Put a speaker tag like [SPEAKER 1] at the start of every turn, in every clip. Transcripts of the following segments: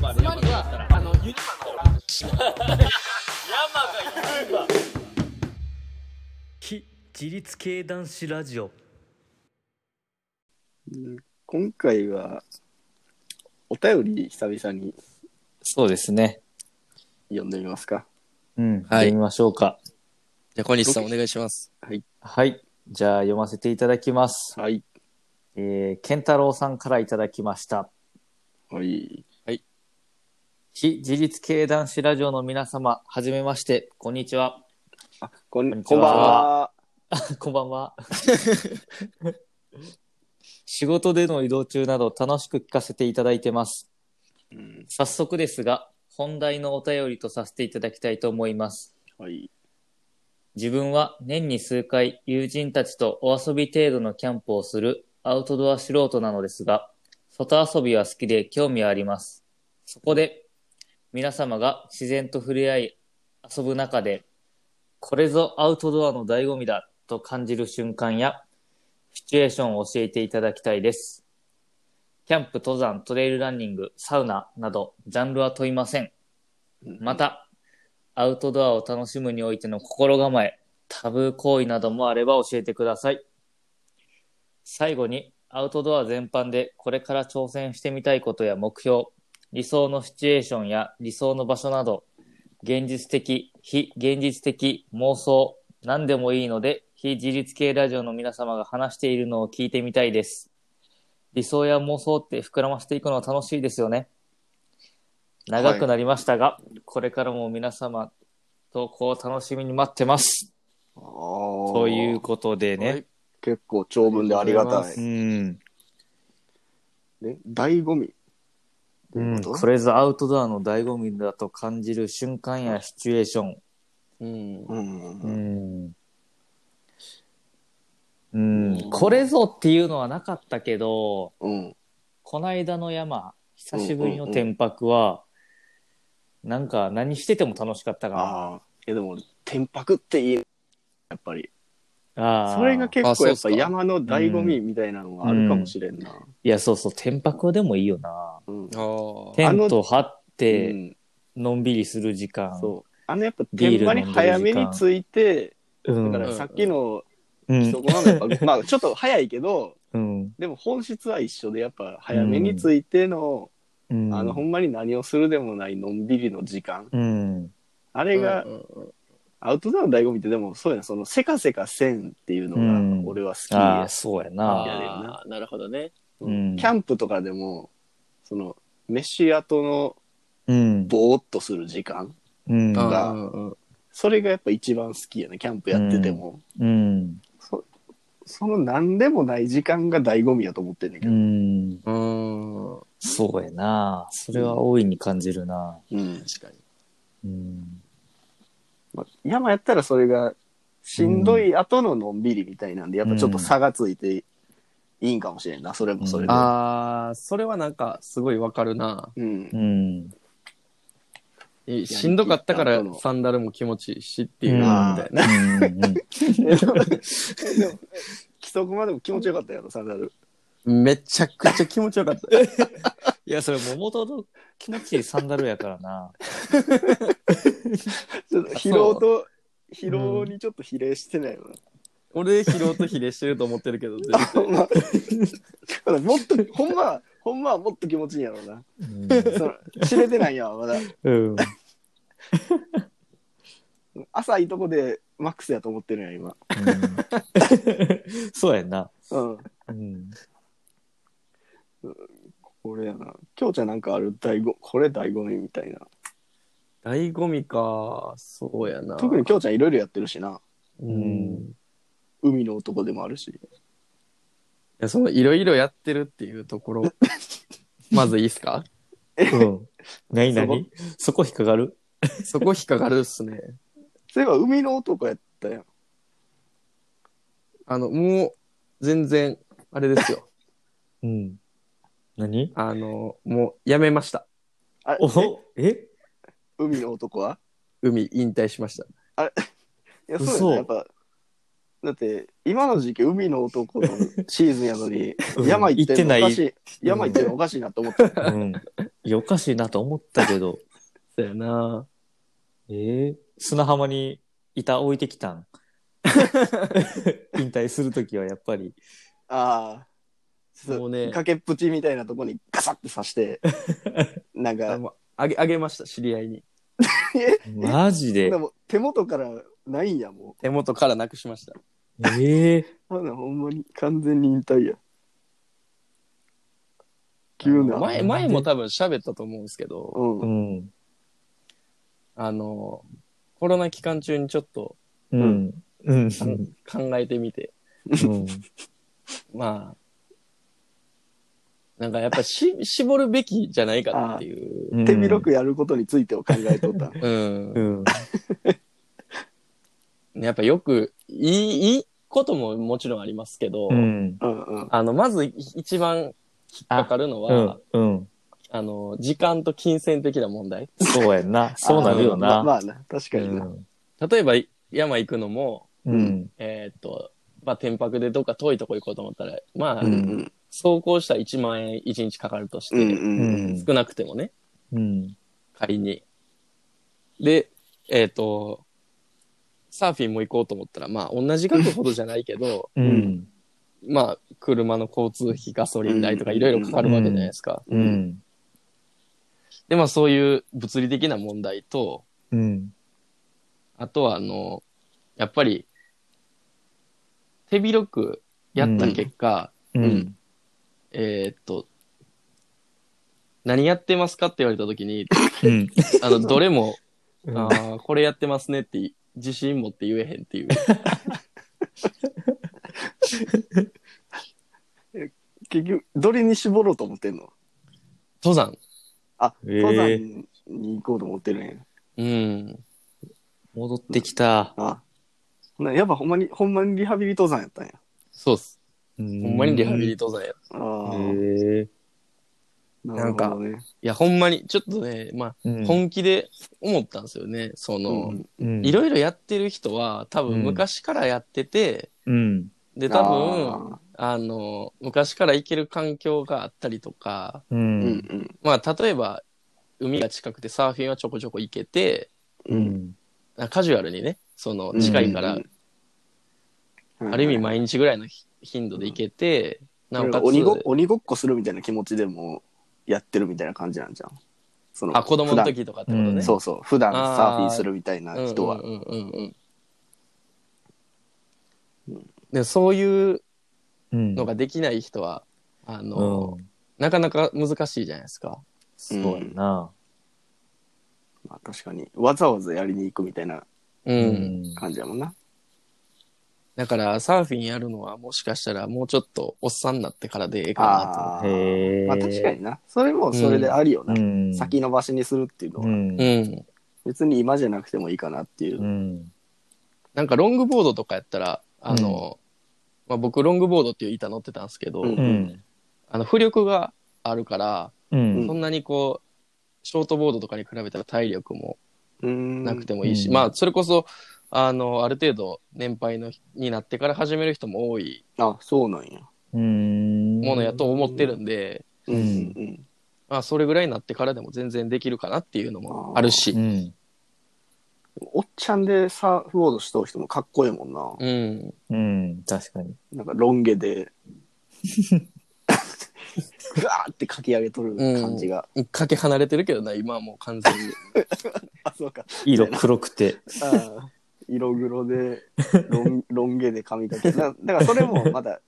[SPEAKER 1] ま
[SPEAKER 2] つまりはあのユニ
[SPEAKER 1] 山が言うわ
[SPEAKER 3] 非自律系男子ラジオ
[SPEAKER 4] 今回は、お便り久々に
[SPEAKER 5] そうですね。
[SPEAKER 4] 読んでみますか。
[SPEAKER 5] うん。
[SPEAKER 2] はい
[SPEAKER 5] 読みましょうか。
[SPEAKER 2] じゃあ小西さんお願いします
[SPEAKER 5] はい。じゃあ読ませていただきます。
[SPEAKER 4] はい。
[SPEAKER 5] えー、ケンタロウさんからいただきました。
[SPEAKER 4] はい。
[SPEAKER 5] 非自立系男子ラジオの皆様、はじめまして、こんにちは。
[SPEAKER 4] あ、こん
[SPEAKER 5] こんにち
[SPEAKER 4] こ
[SPEAKER 5] は
[SPEAKER 4] んばんは。
[SPEAKER 5] こんばんは。 仕事での移動中など楽しく聞かせていただいてます。
[SPEAKER 4] うん
[SPEAKER 5] 早速ですが、本題のお便りとさせていただきたいと思います。
[SPEAKER 4] はい。
[SPEAKER 5] 自分は年に数回友人たちとお遊び程度のキャンプをするアウトドア素人なのですが、外遊びは好きで興味はあります。そこで、皆様が自然と触れ合い遊ぶ中で、これぞアウトドアの醍醐味だと感じる瞬間や、シチュエーションを教えていただきたいです。キャンプ、登山、トレイルランニング、サウナなど、ジャンルは問いません。また、アウトドアを楽しむにおいての心構え、タブー行為などもあれば教えてください。最後に、アウトドア全般でこれから挑戦してみたいことや目標、理想のシチュエーションや理想の場所など、現実的、非現実的、妄想、何でもいいので、非自立系ラジオの皆様が話しているのを聞いてみたいです。理想や妄想って膨らませていくのは楽しいですよね。長くなりましたが、これからも皆様投稿を楽しみに待ってます。
[SPEAKER 4] と
[SPEAKER 5] という。ことでね。
[SPEAKER 4] 結構長文でありがた
[SPEAKER 5] う
[SPEAKER 4] い。
[SPEAKER 5] ん。
[SPEAKER 4] ね、醍醐味。
[SPEAKER 5] うん、
[SPEAKER 4] どういうこと
[SPEAKER 5] これぞアウトドアの醍醐味だと感じる瞬間やシチュエーション。
[SPEAKER 2] うん
[SPEAKER 4] うん。
[SPEAKER 5] うん。うん、これぞっていうのはなかったけど、
[SPEAKER 4] うん。
[SPEAKER 5] こないだの山、久しぶりの天白は、なんか何してても楽しかったか
[SPEAKER 4] ああ。え、でも俺、天白っていい。やっぱり。
[SPEAKER 5] な。あー
[SPEAKER 4] それが結
[SPEAKER 2] あそ
[SPEAKER 4] 構
[SPEAKER 2] う
[SPEAKER 4] や
[SPEAKER 2] っ
[SPEAKER 4] っ
[SPEAKER 2] すか
[SPEAKER 4] ぱ山の醍醐味みたいなのがあるかもしれんな。
[SPEAKER 5] いや、そうそう、天白でもいいよな。
[SPEAKER 4] うん。
[SPEAKER 2] あー
[SPEAKER 5] テ
[SPEAKER 4] あの
[SPEAKER 5] ント張っ
[SPEAKER 4] う
[SPEAKER 5] て、
[SPEAKER 4] ん
[SPEAKER 5] のんびりする時間。
[SPEAKER 4] そう。あのやっぱ
[SPEAKER 5] ビー
[SPEAKER 4] 現
[SPEAKER 5] ル飲
[SPEAKER 4] 場
[SPEAKER 5] ん
[SPEAKER 4] に
[SPEAKER 5] でる時間
[SPEAKER 4] 早めに着いて、
[SPEAKER 5] うん
[SPEAKER 4] だからさっきの
[SPEAKER 5] うん
[SPEAKER 4] そこはやっぱ、 まあちょっと早いけど、
[SPEAKER 5] うん
[SPEAKER 4] でも本質は一緒でやっぱ早めに着いての、
[SPEAKER 5] うん
[SPEAKER 4] あのほんまに何をするでもないのんびりの時間
[SPEAKER 5] うん
[SPEAKER 4] あれが
[SPEAKER 2] うんうんうん
[SPEAKER 4] アウトドアの醍醐味ってでもそうやなそのせかせかせんっていうの
[SPEAKER 5] うん
[SPEAKER 4] が俺は好き
[SPEAKER 5] ああ
[SPEAKER 4] やし、
[SPEAKER 5] そうやな
[SPEAKER 2] あーなるほどね
[SPEAKER 5] うん
[SPEAKER 4] キャンプとかでもその飯後の
[SPEAKER 5] うん
[SPEAKER 4] ぼーっとする時間
[SPEAKER 5] うん
[SPEAKER 2] うん
[SPEAKER 4] が
[SPEAKER 2] うんうん
[SPEAKER 4] それがやっぱ一番好きやねキャンプやってても、
[SPEAKER 5] うん
[SPEAKER 4] そその何でもない時間が醍醐味やと思ってんねんけ
[SPEAKER 5] う
[SPEAKER 4] ど、
[SPEAKER 5] ん
[SPEAKER 2] うん
[SPEAKER 5] そうやなそれは大いに感じるな
[SPEAKER 4] うん
[SPEAKER 2] 確かに
[SPEAKER 5] うん
[SPEAKER 4] まあ山やったらそれがしんどい後ののんびりみたいなんで、やっぱちょっと差がついていいんかもしれんな、それもそれで。うん
[SPEAKER 2] ああそれはなんかすごいわかるな
[SPEAKER 5] うん
[SPEAKER 2] えしんどかったか
[SPEAKER 4] や
[SPEAKER 2] ら
[SPEAKER 4] りきった後の
[SPEAKER 2] サンダルも気持ちいいしっていう
[SPEAKER 5] うん
[SPEAKER 2] のみたいな
[SPEAKER 4] 規則までも気持ちよかったやろ、サンダル。
[SPEAKER 2] めちゃくちゃ気持ちよかった
[SPEAKER 5] いやそれ桃太郎気持ちいいサンダルやからな
[SPEAKER 4] ちょっと疲労と、疲労にちょっと比例してないよ
[SPEAKER 2] 俺疲労と比例してると思ってるけ ど全
[SPEAKER 4] な。
[SPEAKER 2] 然
[SPEAKER 4] ほんま、ほらもっと、ほんまは、ほんまはもっと気持ちいいんやろうな。
[SPEAKER 5] うん
[SPEAKER 4] その知れてないやんまだ。
[SPEAKER 5] うん
[SPEAKER 4] 浅いとこでマックスやと思ってるやん、今。
[SPEAKER 5] そうやな
[SPEAKER 4] うん。
[SPEAKER 5] うん
[SPEAKER 4] これやな。きょうちゃんなんかある醍醐、これ醍醐味みたいな。
[SPEAKER 2] 醍醐味かそうやな
[SPEAKER 4] 特にきょうちゃんいろいろやってるしな。
[SPEAKER 2] うんい
[SPEAKER 4] 海の男でもあるし。
[SPEAKER 2] やそのいろいろやってるっていうとこ ろまずいいっすか
[SPEAKER 5] うん何
[SPEAKER 4] そこ
[SPEAKER 5] 何そこ引っかかる
[SPEAKER 2] そこ引っかかるっすね
[SPEAKER 4] そういえば海の男やったやん。
[SPEAKER 2] あのもう全然あれですよ
[SPEAKER 5] うん何
[SPEAKER 2] あのもうやめました
[SPEAKER 4] あれえ
[SPEAKER 5] おえ
[SPEAKER 4] 海の男は
[SPEAKER 2] 海引退しました
[SPEAKER 4] いや、
[SPEAKER 5] 嘘
[SPEAKER 4] そうやなやっぱ、だって、今の時期、海の男のシーズンやのに
[SPEAKER 5] う、ん
[SPEAKER 4] 山行ってんのお
[SPEAKER 5] 行
[SPEAKER 4] か
[SPEAKER 5] っ
[SPEAKER 4] してい、山行ってんのおかしいなと思った。
[SPEAKER 5] うん。いや、おかしいなと思ったけど、
[SPEAKER 2] そうやな。
[SPEAKER 5] ええ砂浜に板置いてきたん。引退するときはやっぱり。
[SPEAKER 4] ああ。
[SPEAKER 2] もうね
[SPEAKER 4] 崖っぷちみたいなとこにガサッて刺して、なん
[SPEAKER 2] あ
[SPEAKER 4] か、
[SPEAKER 2] もうあげ、あげました、知り合いに。
[SPEAKER 5] マジで
[SPEAKER 4] で。も手元からないんや、も
[SPEAKER 2] 手元からなくしました。
[SPEAKER 5] ええ
[SPEAKER 4] う。ほなほんまに完全に引退や。急な。
[SPEAKER 2] 前、前も多分喋ったと思うんですけど、
[SPEAKER 4] うん。
[SPEAKER 5] う
[SPEAKER 4] うん
[SPEAKER 5] ん。
[SPEAKER 2] あの、コロナ期間中にちょっと
[SPEAKER 5] うん。うん。
[SPEAKER 2] かん考えてみて、
[SPEAKER 5] うん。
[SPEAKER 2] まあ、なんかやっぱし、 絞るべきじゃないかなっていう。
[SPEAKER 5] うん
[SPEAKER 4] 手広くやることについてを考えとった。
[SPEAKER 2] うん
[SPEAKER 5] う。ん。
[SPEAKER 2] やっぱよく、いい、いいことももちろんありますけど、
[SPEAKER 5] うん。
[SPEAKER 4] うんうん。
[SPEAKER 2] あの、まずい一番引っかかるの
[SPEAKER 5] う
[SPEAKER 2] は、
[SPEAKER 5] ん。うん。
[SPEAKER 2] あの、時間と金銭的な問題。
[SPEAKER 5] そうやんな。そうなるよ
[SPEAKER 4] まあ
[SPEAKER 5] な。
[SPEAKER 4] まあな、確かにな。
[SPEAKER 2] 例えば、山行くのも、
[SPEAKER 5] うん。うん。
[SPEAKER 2] えーっと、まあ、天白でどっか遠いとこ行こうと思ったら、まあ、
[SPEAKER 4] うんうん。
[SPEAKER 2] 走行したら1万円1日かかるとして、
[SPEAKER 4] うん
[SPEAKER 5] う
[SPEAKER 4] うん。
[SPEAKER 5] ん。
[SPEAKER 2] 少なくてもね、
[SPEAKER 5] うん。
[SPEAKER 2] 仮に。で、えーっと、サーフィンも行こうと思ったら、まあ、同じ額ほどじゃないけ ど、
[SPEAKER 5] うん。
[SPEAKER 2] まあ、車の交通費、ガソリン代とかいろいろかかるわけじゃないですか。
[SPEAKER 5] うん。
[SPEAKER 2] で、まあ、そういう物理的な問題と、
[SPEAKER 5] うん。
[SPEAKER 2] あとは、あの、やっぱり、手広くやった結果、
[SPEAKER 5] うん。
[SPEAKER 2] えーっと、何やってますかって言われたときに、
[SPEAKER 5] うん。
[SPEAKER 2] あ の、どれも、
[SPEAKER 5] うん
[SPEAKER 2] ああ、これやってますねって、自信持って言えへんっていう。
[SPEAKER 4] 結局、どれに絞ろうと思ってんの
[SPEAKER 2] 登山。
[SPEAKER 4] あ、
[SPEAKER 5] ええ
[SPEAKER 4] 登山に行こうと思ってるんや。
[SPEAKER 2] うん。
[SPEAKER 5] 戻ってきた。
[SPEAKER 4] あほなやっぱほんまに、ほんまにリハビリ登山やったんや。
[SPEAKER 2] そうっす。
[SPEAKER 5] ほ
[SPEAKER 2] ほ
[SPEAKER 5] ん
[SPEAKER 2] んまにリハビリ登山や。
[SPEAKER 4] ああ、
[SPEAKER 5] へえ。
[SPEAKER 4] なるほどね。
[SPEAKER 2] いや、ほんまに、ちょっとね、ま
[SPEAKER 5] う
[SPEAKER 2] あ、
[SPEAKER 5] ん。
[SPEAKER 2] 本気で思ったんですよね。その、
[SPEAKER 5] うん
[SPEAKER 2] いろいろやってる人は、多分昔からやってて、
[SPEAKER 5] うん。
[SPEAKER 2] で、多分、あの、昔から行ける環境があったりとか、
[SPEAKER 5] う。
[SPEAKER 4] 分うんん
[SPEAKER 2] まあ、例えば、海が近くてサーフィンはちょこちょこ行けて、
[SPEAKER 4] う。
[SPEAKER 5] うんん。
[SPEAKER 2] あカジュアルにね、その、近いから、ある意味
[SPEAKER 4] 前
[SPEAKER 2] 毎日ぐらいのひ頻度で行けて、なおかつ、
[SPEAKER 4] 鬼ご鬼ごっこするみたいな気持ちでもやってるみたいな感じなんじゃん。その
[SPEAKER 2] あ、子供の
[SPEAKER 4] 普
[SPEAKER 2] 時とかってことね。
[SPEAKER 5] う
[SPEAKER 4] 段
[SPEAKER 5] ん
[SPEAKER 4] そうそう、普段サーフィンするみたいな人は
[SPEAKER 2] うん。うんうんうんう
[SPEAKER 4] うん
[SPEAKER 2] ん。でそういう
[SPEAKER 5] うん。
[SPEAKER 2] のができない人は、あの、
[SPEAKER 5] うん。
[SPEAKER 2] なかなか難しいじゃないですか。
[SPEAKER 5] そうやな。
[SPEAKER 4] まあ確かに、わざわざやりに行くみたいな
[SPEAKER 2] うん。
[SPEAKER 4] 感じやもんな。
[SPEAKER 2] だから、サーフィンやるのはもしかしたらもうちょっとおっさんになってからでええかなと思う。
[SPEAKER 4] ああ、
[SPEAKER 5] へえ
[SPEAKER 4] まあ確かにな。それもそれでありよな。
[SPEAKER 5] うん。
[SPEAKER 4] 先延ばしにするっていうのは、
[SPEAKER 5] うん
[SPEAKER 2] う。ん。
[SPEAKER 4] 別に今じゃなくてもいいかなっていうう。
[SPEAKER 5] ん。
[SPEAKER 2] なんかロングボードとかやったら、あの、まあ、僕ロングボードっていう板乗ってたんですけど、
[SPEAKER 4] うん
[SPEAKER 5] うん。
[SPEAKER 2] あの浮力があるから、
[SPEAKER 5] うん
[SPEAKER 2] そ。んなにこう、ショートボードとかに比べたら体力も
[SPEAKER 4] うん
[SPEAKER 2] なくてもいいし、
[SPEAKER 5] うん
[SPEAKER 2] まあ、それこそ、あの、ある程度年配のになってから始める人も多い
[SPEAKER 4] あ、そうなんや。
[SPEAKER 5] うん。
[SPEAKER 2] ものやと思ってるんで、
[SPEAKER 4] うんん
[SPEAKER 2] まあ、それぐらいになってからでも全然できるかなっていうのもあるし
[SPEAKER 5] う、ん。
[SPEAKER 4] おっちゃんでサーフボードしとる人もかっこいいもんな。
[SPEAKER 2] うん。
[SPEAKER 5] うん。確かに。
[SPEAKER 4] なんかロン毛で、 ぐわーってかき上げとる感じが。
[SPEAKER 2] かけ離れてるけどな、今はもう完全に。
[SPEAKER 4] あ、そうか。
[SPEAKER 5] 色黒くて。
[SPEAKER 4] あー色黒でロン、ロン毛で髪かけ。なだからそれもまだ、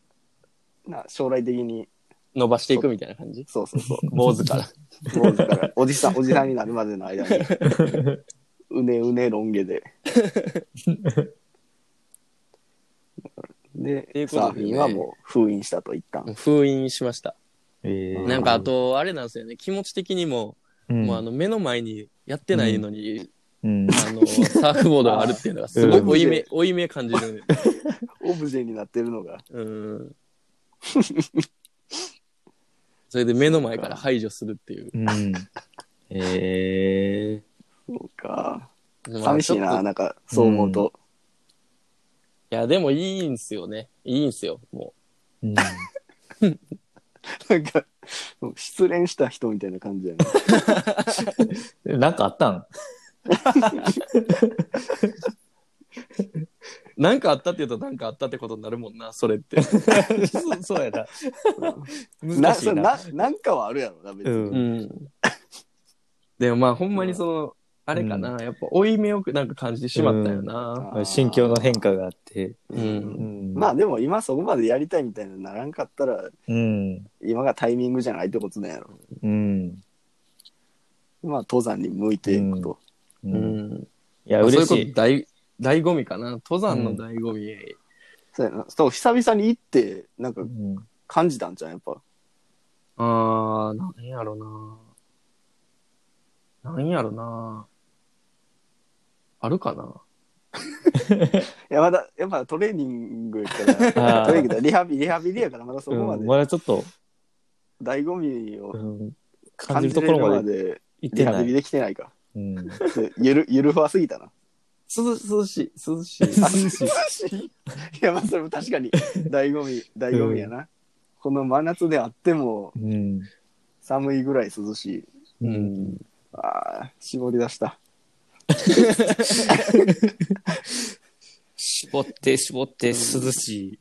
[SPEAKER 4] な将来的に、
[SPEAKER 2] 伸ばしていくみたいな 感じ
[SPEAKER 4] そうそうそう。
[SPEAKER 2] 坊主から。
[SPEAKER 4] もうだから、おじさん、おじさんになるまでの間に、うねうねロン毛で。
[SPEAKER 2] てい
[SPEAKER 4] で、
[SPEAKER 2] うことでね
[SPEAKER 4] サーフィンはもう封印したと一旦。
[SPEAKER 2] 封印しました。
[SPEAKER 5] ええ。
[SPEAKER 2] なんかあ、と、あれなんですよね、気持ち的にも、
[SPEAKER 5] うん
[SPEAKER 2] もうあの、目の前にやってないのに、
[SPEAKER 5] うん。
[SPEAKER 2] あの、サーフボードがあるっていうのが、すごく負い目、負い目感じる。
[SPEAKER 4] オブジェになってるのが。
[SPEAKER 2] うん。それで目の前から排除するっていう。
[SPEAKER 5] うん。へえ。
[SPEAKER 4] そうか。
[SPEAKER 2] まあ
[SPEAKER 4] 寂しい
[SPEAKER 2] ちょ
[SPEAKER 4] な、
[SPEAKER 2] っ
[SPEAKER 4] なんか、そう思うと。
[SPEAKER 2] や、でもいいんすよね。いいんすよ。も
[SPEAKER 5] うん、
[SPEAKER 4] なんか、失恋した人みたいな感じやね。
[SPEAKER 5] なんかあったん
[SPEAKER 2] う。なんかあったって言うと、なんかあったってことになるもんな、それって。
[SPEAKER 5] そそうやな。
[SPEAKER 4] な、
[SPEAKER 5] 難し
[SPEAKER 4] そ
[SPEAKER 5] い
[SPEAKER 4] れ
[SPEAKER 5] な。
[SPEAKER 4] な、なんかはあるやろな、別に。
[SPEAKER 5] うん
[SPEAKER 2] うん。でもまあ、ほんまにその、あれかな、やっぱ、追い目をなんか感じてしまったよな。
[SPEAKER 4] あー
[SPEAKER 5] 心境の変化があって。
[SPEAKER 2] うん。
[SPEAKER 5] うん、
[SPEAKER 4] まあ、でも今そこまでやりたいみたいにならんかったら、
[SPEAKER 5] うん。
[SPEAKER 4] 今がタイミングじゃないってことなんやろ。
[SPEAKER 5] うん。
[SPEAKER 4] まあ、登山に向いていくと。
[SPEAKER 5] う。
[SPEAKER 2] うん
[SPEAKER 5] い
[SPEAKER 2] ん。
[SPEAKER 5] や、
[SPEAKER 2] まあ
[SPEAKER 5] 嬉
[SPEAKER 2] そうい
[SPEAKER 5] し
[SPEAKER 2] う
[SPEAKER 5] い
[SPEAKER 2] こと。醍、醍醐味かな。登山の醍醐味。
[SPEAKER 4] そうやな。そう、久々に行って、なんか
[SPEAKER 5] うん
[SPEAKER 4] 感じたんじゃん、やっぱ。
[SPEAKER 2] ああ、なんやろな。なんやろな。あるかな。
[SPEAKER 4] いや、まだ、やっぱトレーニングやから、
[SPEAKER 5] あー
[SPEAKER 4] トレーニングだ、リハビリ、リハビリやから、まだそこま
[SPEAKER 5] う
[SPEAKER 4] で
[SPEAKER 5] ん、まだちょっと、
[SPEAKER 4] 醍醐味
[SPEAKER 5] う
[SPEAKER 4] を
[SPEAKER 5] ん、感
[SPEAKER 4] 感
[SPEAKER 5] じ
[SPEAKER 4] じ
[SPEAKER 5] る
[SPEAKER 4] れ
[SPEAKER 5] と
[SPEAKER 4] る
[SPEAKER 5] ころ
[SPEAKER 4] ま
[SPEAKER 5] まで
[SPEAKER 4] で、
[SPEAKER 5] 行っ
[SPEAKER 4] リ
[SPEAKER 5] て
[SPEAKER 4] ハ
[SPEAKER 5] な
[SPEAKER 4] ビリ
[SPEAKER 5] い。
[SPEAKER 4] できてないか。
[SPEAKER 5] うん、
[SPEAKER 4] ゆる、ゆるふわすぎたな。
[SPEAKER 2] 涼涼しい、涼しい。
[SPEAKER 4] あ涼しい。いや、まあ、それも確かに、醍醐味、醍醐味やな。この真夏であっても、
[SPEAKER 5] うん。
[SPEAKER 4] 寒いぐらい涼しい。
[SPEAKER 2] うん。
[SPEAKER 4] ああ、絞り出した。
[SPEAKER 5] 絞って、絞って、涼し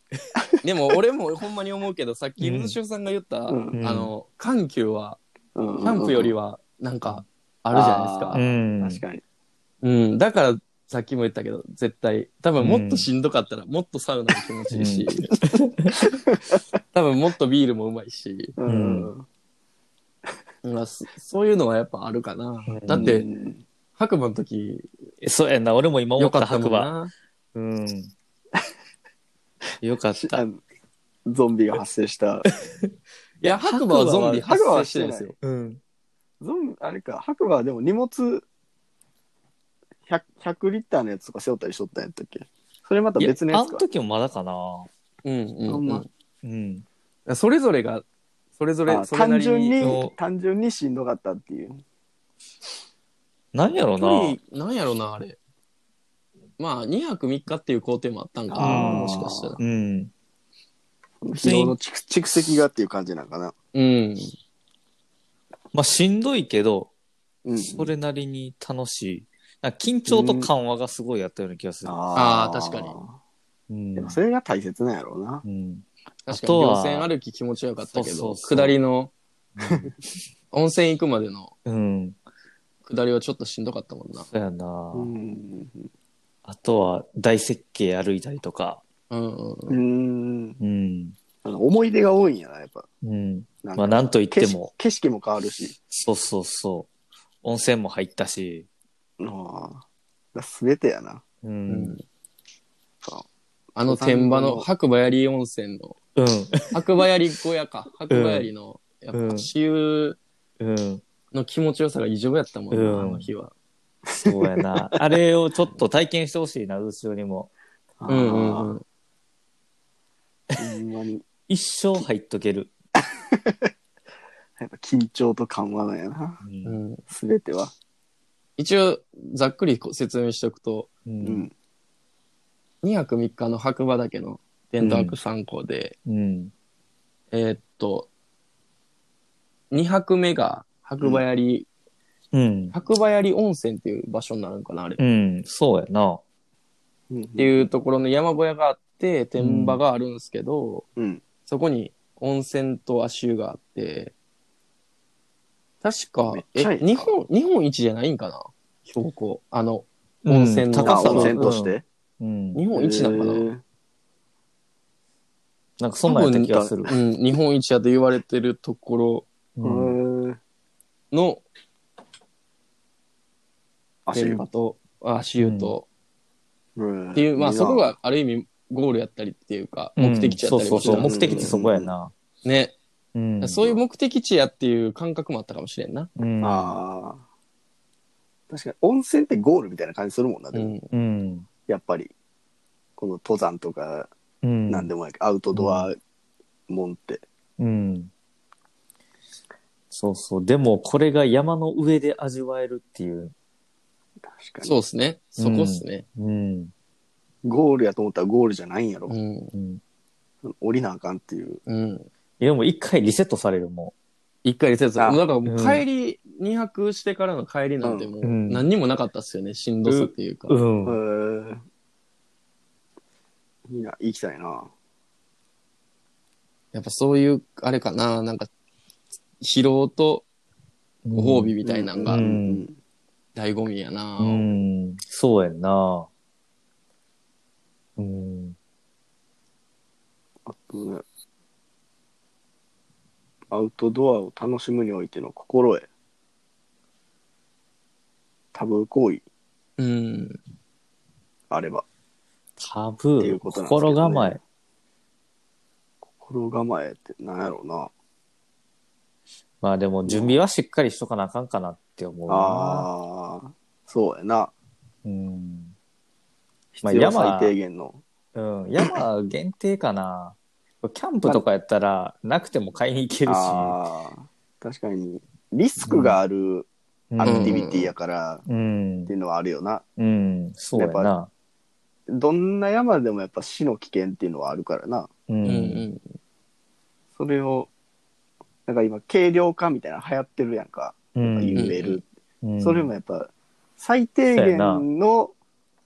[SPEAKER 2] でも俺もほんまに思うけど、さっき水潮さんが言った、
[SPEAKER 4] うん
[SPEAKER 5] うん
[SPEAKER 2] あの、緩急は、キ
[SPEAKER 4] キ
[SPEAKER 2] ャンプより
[SPEAKER 4] は。
[SPEAKER 2] は、なんか、あるじゃ
[SPEAKER 5] い。
[SPEAKER 2] ないですか。
[SPEAKER 5] ん
[SPEAKER 4] 確かに。
[SPEAKER 2] うん。だから、さっきも言ったけど、絶対、多分もっとしんどかったら、もっとサウナも気持ちいいし、 多分もっとビールもうまいし、
[SPEAKER 4] うんん。
[SPEAKER 2] まあそそういうのはやっぱあるかな。
[SPEAKER 5] うん
[SPEAKER 2] だって
[SPEAKER 4] う、ん
[SPEAKER 2] 白馬の時、
[SPEAKER 5] そうやんな、俺も今思
[SPEAKER 2] 良
[SPEAKER 5] っ
[SPEAKER 2] か
[SPEAKER 5] た
[SPEAKER 2] ったも
[SPEAKER 5] 白
[SPEAKER 2] ん
[SPEAKER 5] 馬。
[SPEAKER 2] な。
[SPEAKER 5] うん。よかっ
[SPEAKER 4] あ
[SPEAKER 5] た。
[SPEAKER 4] のゾンビが発生した。
[SPEAKER 2] いや、白馬はゾンビ発
[SPEAKER 4] 白馬は
[SPEAKER 2] 生してるんですよ。
[SPEAKER 5] うん。
[SPEAKER 4] ゾンビ、あれか、白馬はでも荷物100、100リッターのやつとか背負ったりしとったんやったっけそれまた
[SPEAKER 5] いや
[SPEAKER 4] 別のや
[SPEAKER 5] あ
[SPEAKER 4] つ
[SPEAKER 5] の
[SPEAKER 4] か。
[SPEAKER 5] 時もまだかな。
[SPEAKER 2] うんうん、うん
[SPEAKER 4] ほん
[SPEAKER 5] うん。
[SPEAKER 2] それぞれが、それぞれ
[SPEAKER 4] あ、
[SPEAKER 2] それな
[SPEAKER 4] 単
[SPEAKER 2] り
[SPEAKER 4] 純に
[SPEAKER 2] の、
[SPEAKER 4] 単純にしんどかったっていう。
[SPEAKER 5] なんやろな。
[SPEAKER 2] なんやろな、あれ。まあ、2泊3日っていう工程もあったんか
[SPEAKER 5] あ
[SPEAKER 2] な、
[SPEAKER 5] ー
[SPEAKER 2] もしかしたら。
[SPEAKER 5] うん。
[SPEAKER 4] 疲労の蓄蓄積がっていう感じなんかな。
[SPEAKER 2] うん。
[SPEAKER 5] まあ、しんどいけど、
[SPEAKER 4] うん。
[SPEAKER 5] それなりに楽しい。なんか緊張と緩和がすごいやったような気がする。
[SPEAKER 2] あー確かに
[SPEAKER 5] うん
[SPEAKER 4] でもそれが大切なんやろうな。
[SPEAKER 5] うん。
[SPEAKER 2] 確
[SPEAKER 5] あ
[SPEAKER 2] かに、
[SPEAKER 5] とは
[SPEAKER 2] 稜線歩き気持ちよかったけ
[SPEAKER 5] そ
[SPEAKER 2] ど、
[SPEAKER 5] うそうそう
[SPEAKER 2] 下り の、温泉行くまでの
[SPEAKER 5] うん。
[SPEAKER 2] 下りはちょっとしんどかったもんな。
[SPEAKER 5] そうやな。
[SPEAKER 4] うん。
[SPEAKER 5] あとは、大設計歩いたりとか。
[SPEAKER 2] うんうんうん。
[SPEAKER 4] うん。
[SPEAKER 5] うん。
[SPEAKER 4] あの思い出が多いんやな、やっぱ。
[SPEAKER 5] うん。
[SPEAKER 4] なん
[SPEAKER 5] まあ、
[SPEAKER 4] か
[SPEAKER 5] なんといって
[SPEAKER 4] 景
[SPEAKER 5] も
[SPEAKER 4] 色、景色も変わるし。
[SPEAKER 5] そうそうそう。温泉も入ったし。
[SPEAKER 4] ああ。すべてやな。
[SPEAKER 5] う
[SPEAKER 2] うんん。あの天場の白馬槍温泉の、
[SPEAKER 5] うん。
[SPEAKER 2] 白馬槍小屋か、白馬槍の、やっ
[SPEAKER 5] う
[SPEAKER 2] ぱ、
[SPEAKER 5] ん
[SPEAKER 2] 私有
[SPEAKER 5] うん。
[SPEAKER 2] の気持ちよさが異常やったもんな、
[SPEAKER 5] うん
[SPEAKER 2] あの日は。
[SPEAKER 5] そうやな。あれをちょっと体験してほしいな、後ろにも。
[SPEAKER 2] うんうんう
[SPEAKER 4] あ
[SPEAKER 2] ん。
[SPEAKER 4] あほんまに。
[SPEAKER 5] 一生入っとける。
[SPEAKER 4] やっぱ緊張と緩和なんやな。
[SPEAKER 5] うん
[SPEAKER 2] うん
[SPEAKER 4] すべては。
[SPEAKER 2] 一応、ざっくりこう説明しておくと、
[SPEAKER 5] う。
[SPEAKER 4] うんん。
[SPEAKER 2] 2泊3日の白馬岳の伝道泊参考で、
[SPEAKER 5] うん。
[SPEAKER 2] えーっと、2泊目が白馬槍、
[SPEAKER 5] うん。
[SPEAKER 2] 白馬槍温泉っていう場所になるんかな、あれ。っ
[SPEAKER 5] うん。そうやな。
[SPEAKER 4] って
[SPEAKER 2] いうところの山小屋があって、天場があるんですけど、
[SPEAKER 4] うん。
[SPEAKER 2] そこに温泉と足湯があって、確か
[SPEAKER 4] めっ、
[SPEAKER 2] え
[SPEAKER 4] ちゃい、いな
[SPEAKER 2] 日本、日本一じゃないんかな標高。あの、温泉の
[SPEAKER 5] うん
[SPEAKER 4] 高
[SPEAKER 5] 高
[SPEAKER 4] さ
[SPEAKER 5] さ
[SPEAKER 4] 温
[SPEAKER 5] の
[SPEAKER 4] 泉として。
[SPEAKER 5] うん。
[SPEAKER 2] 日本一なのかな、
[SPEAKER 5] なんかそんなんやった気がする。
[SPEAKER 2] うん、日本一やと言われてるところ
[SPEAKER 5] うん。
[SPEAKER 4] うん。
[SPEAKER 2] の
[SPEAKER 4] 足
[SPEAKER 2] 電波と足湯と、
[SPEAKER 4] うん
[SPEAKER 2] っていう、まあそこがある意味ゴールやったりっていうか、目的地や
[SPEAKER 5] そ
[SPEAKER 2] っ
[SPEAKER 5] う
[SPEAKER 2] たり
[SPEAKER 5] そう
[SPEAKER 2] もした
[SPEAKER 5] そ
[SPEAKER 2] んです
[SPEAKER 5] う。目
[SPEAKER 2] けど
[SPEAKER 5] 的地そこやな。
[SPEAKER 2] ね、
[SPEAKER 5] うん。
[SPEAKER 2] そういう目的地やっていう感覚もあったかもしれんな。
[SPEAKER 5] うん。
[SPEAKER 4] ああ。確かに温泉ってゴールみたいな感じするもん
[SPEAKER 2] う
[SPEAKER 4] な、でも
[SPEAKER 2] ん。
[SPEAKER 5] うん。
[SPEAKER 4] やっぱり。この登山とか、
[SPEAKER 5] うん。
[SPEAKER 4] なんでもないけどアウトドアもんって。
[SPEAKER 5] うん。そうそう。でも、これが山の上で味わえるっていう。
[SPEAKER 4] 確かに。
[SPEAKER 2] そうですね。そこっすね。
[SPEAKER 5] うん。
[SPEAKER 4] ゴールやと思ったらゴールじゃないんやろ
[SPEAKER 2] う。ん。
[SPEAKER 5] うん。
[SPEAKER 4] 降りなあかんっていう。
[SPEAKER 2] うん。
[SPEAKER 5] いや、もう一回リセットされる、も
[SPEAKER 2] 一回リセットする
[SPEAKER 4] あ
[SPEAKER 2] なんかもう
[SPEAKER 5] うん
[SPEAKER 2] 帰り、二泊してからの帰りなんてもう
[SPEAKER 5] うん
[SPEAKER 2] 何にもなかったっすよね。しんどさっていうか。
[SPEAKER 4] へ
[SPEAKER 5] う。ん。
[SPEAKER 4] ーいいな、行きたいな。
[SPEAKER 2] やっぱそういう、あれかな、なんか、疲労とご褒美みたいなのが
[SPEAKER 4] うん
[SPEAKER 2] 醍醐味やな。
[SPEAKER 5] うん。そうやんな。うん。
[SPEAKER 4] あとねアウトドアを楽しむにおいての心得。タブー行為
[SPEAKER 2] うん。
[SPEAKER 4] あれば、
[SPEAKER 5] タブ
[SPEAKER 4] ってい
[SPEAKER 5] ー、
[SPEAKER 4] うことなんですけどね
[SPEAKER 5] 心構え。
[SPEAKER 4] 心構えってなんやろうな。
[SPEAKER 5] まあでも準備はしっかりしとかなあかんかなって思うな。
[SPEAKER 4] ああ、そうやな。
[SPEAKER 5] うん。まあ
[SPEAKER 4] 必要最
[SPEAKER 5] 山
[SPEAKER 4] 低限の。
[SPEAKER 5] うん。山限定かな。キャンプとかやったら、なくても買いに行けるし。
[SPEAKER 4] ああ、確かに。リスクがある
[SPEAKER 5] うん
[SPEAKER 4] アクティビティやから、
[SPEAKER 5] うん
[SPEAKER 4] ってい。うのはあるよな。
[SPEAKER 5] うん。そうや
[SPEAKER 4] やっ
[SPEAKER 5] な。
[SPEAKER 4] どんな山でもやっぱ死の危険っていうのはあるからな。
[SPEAKER 5] う。
[SPEAKER 2] うんん
[SPEAKER 4] それを、なんか今、軽量化みたいなの流行ってるやんか。
[SPEAKER 5] う
[SPEAKER 4] 言
[SPEAKER 5] ん。
[SPEAKER 4] える。
[SPEAKER 5] うん
[SPEAKER 4] それもやっぱ、最低限
[SPEAKER 5] そう
[SPEAKER 4] の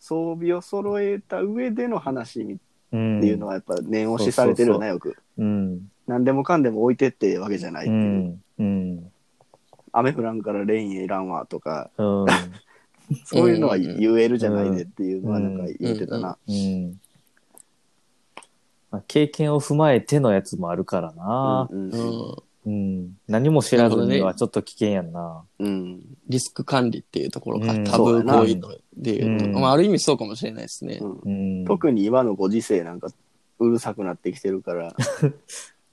[SPEAKER 4] 装備を揃えた上での話みっ
[SPEAKER 5] う
[SPEAKER 4] て
[SPEAKER 5] ん
[SPEAKER 4] いうのはやっぱ念押しされてるよな、よく。
[SPEAKER 5] うん。
[SPEAKER 4] 何でもかんでも置いてってわけじゃないっ
[SPEAKER 5] う
[SPEAKER 4] ていう。
[SPEAKER 5] ん。うん。
[SPEAKER 4] 雨降らんからレインいらんわとか、
[SPEAKER 5] うん。
[SPEAKER 4] そういうのは言えるじゃないでっていうのはなんか言ってたな。
[SPEAKER 5] うん。まあ、経験を踏まえてのやつもあるからな。
[SPEAKER 4] うん
[SPEAKER 2] う
[SPEAKER 4] うん
[SPEAKER 2] ん。
[SPEAKER 5] うん。何も知らずにはちょっと危険やんな。
[SPEAKER 4] うん。
[SPEAKER 2] リスク管理っていうところか、
[SPEAKER 5] うん
[SPEAKER 2] タブー行為のでいうと、
[SPEAKER 5] うん
[SPEAKER 2] まあある意味そうかもしれないですね。
[SPEAKER 4] うん
[SPEAKER 5] うん。
[SPEAKER 4] 特に今のご時世なんかうるさくなってきてるから、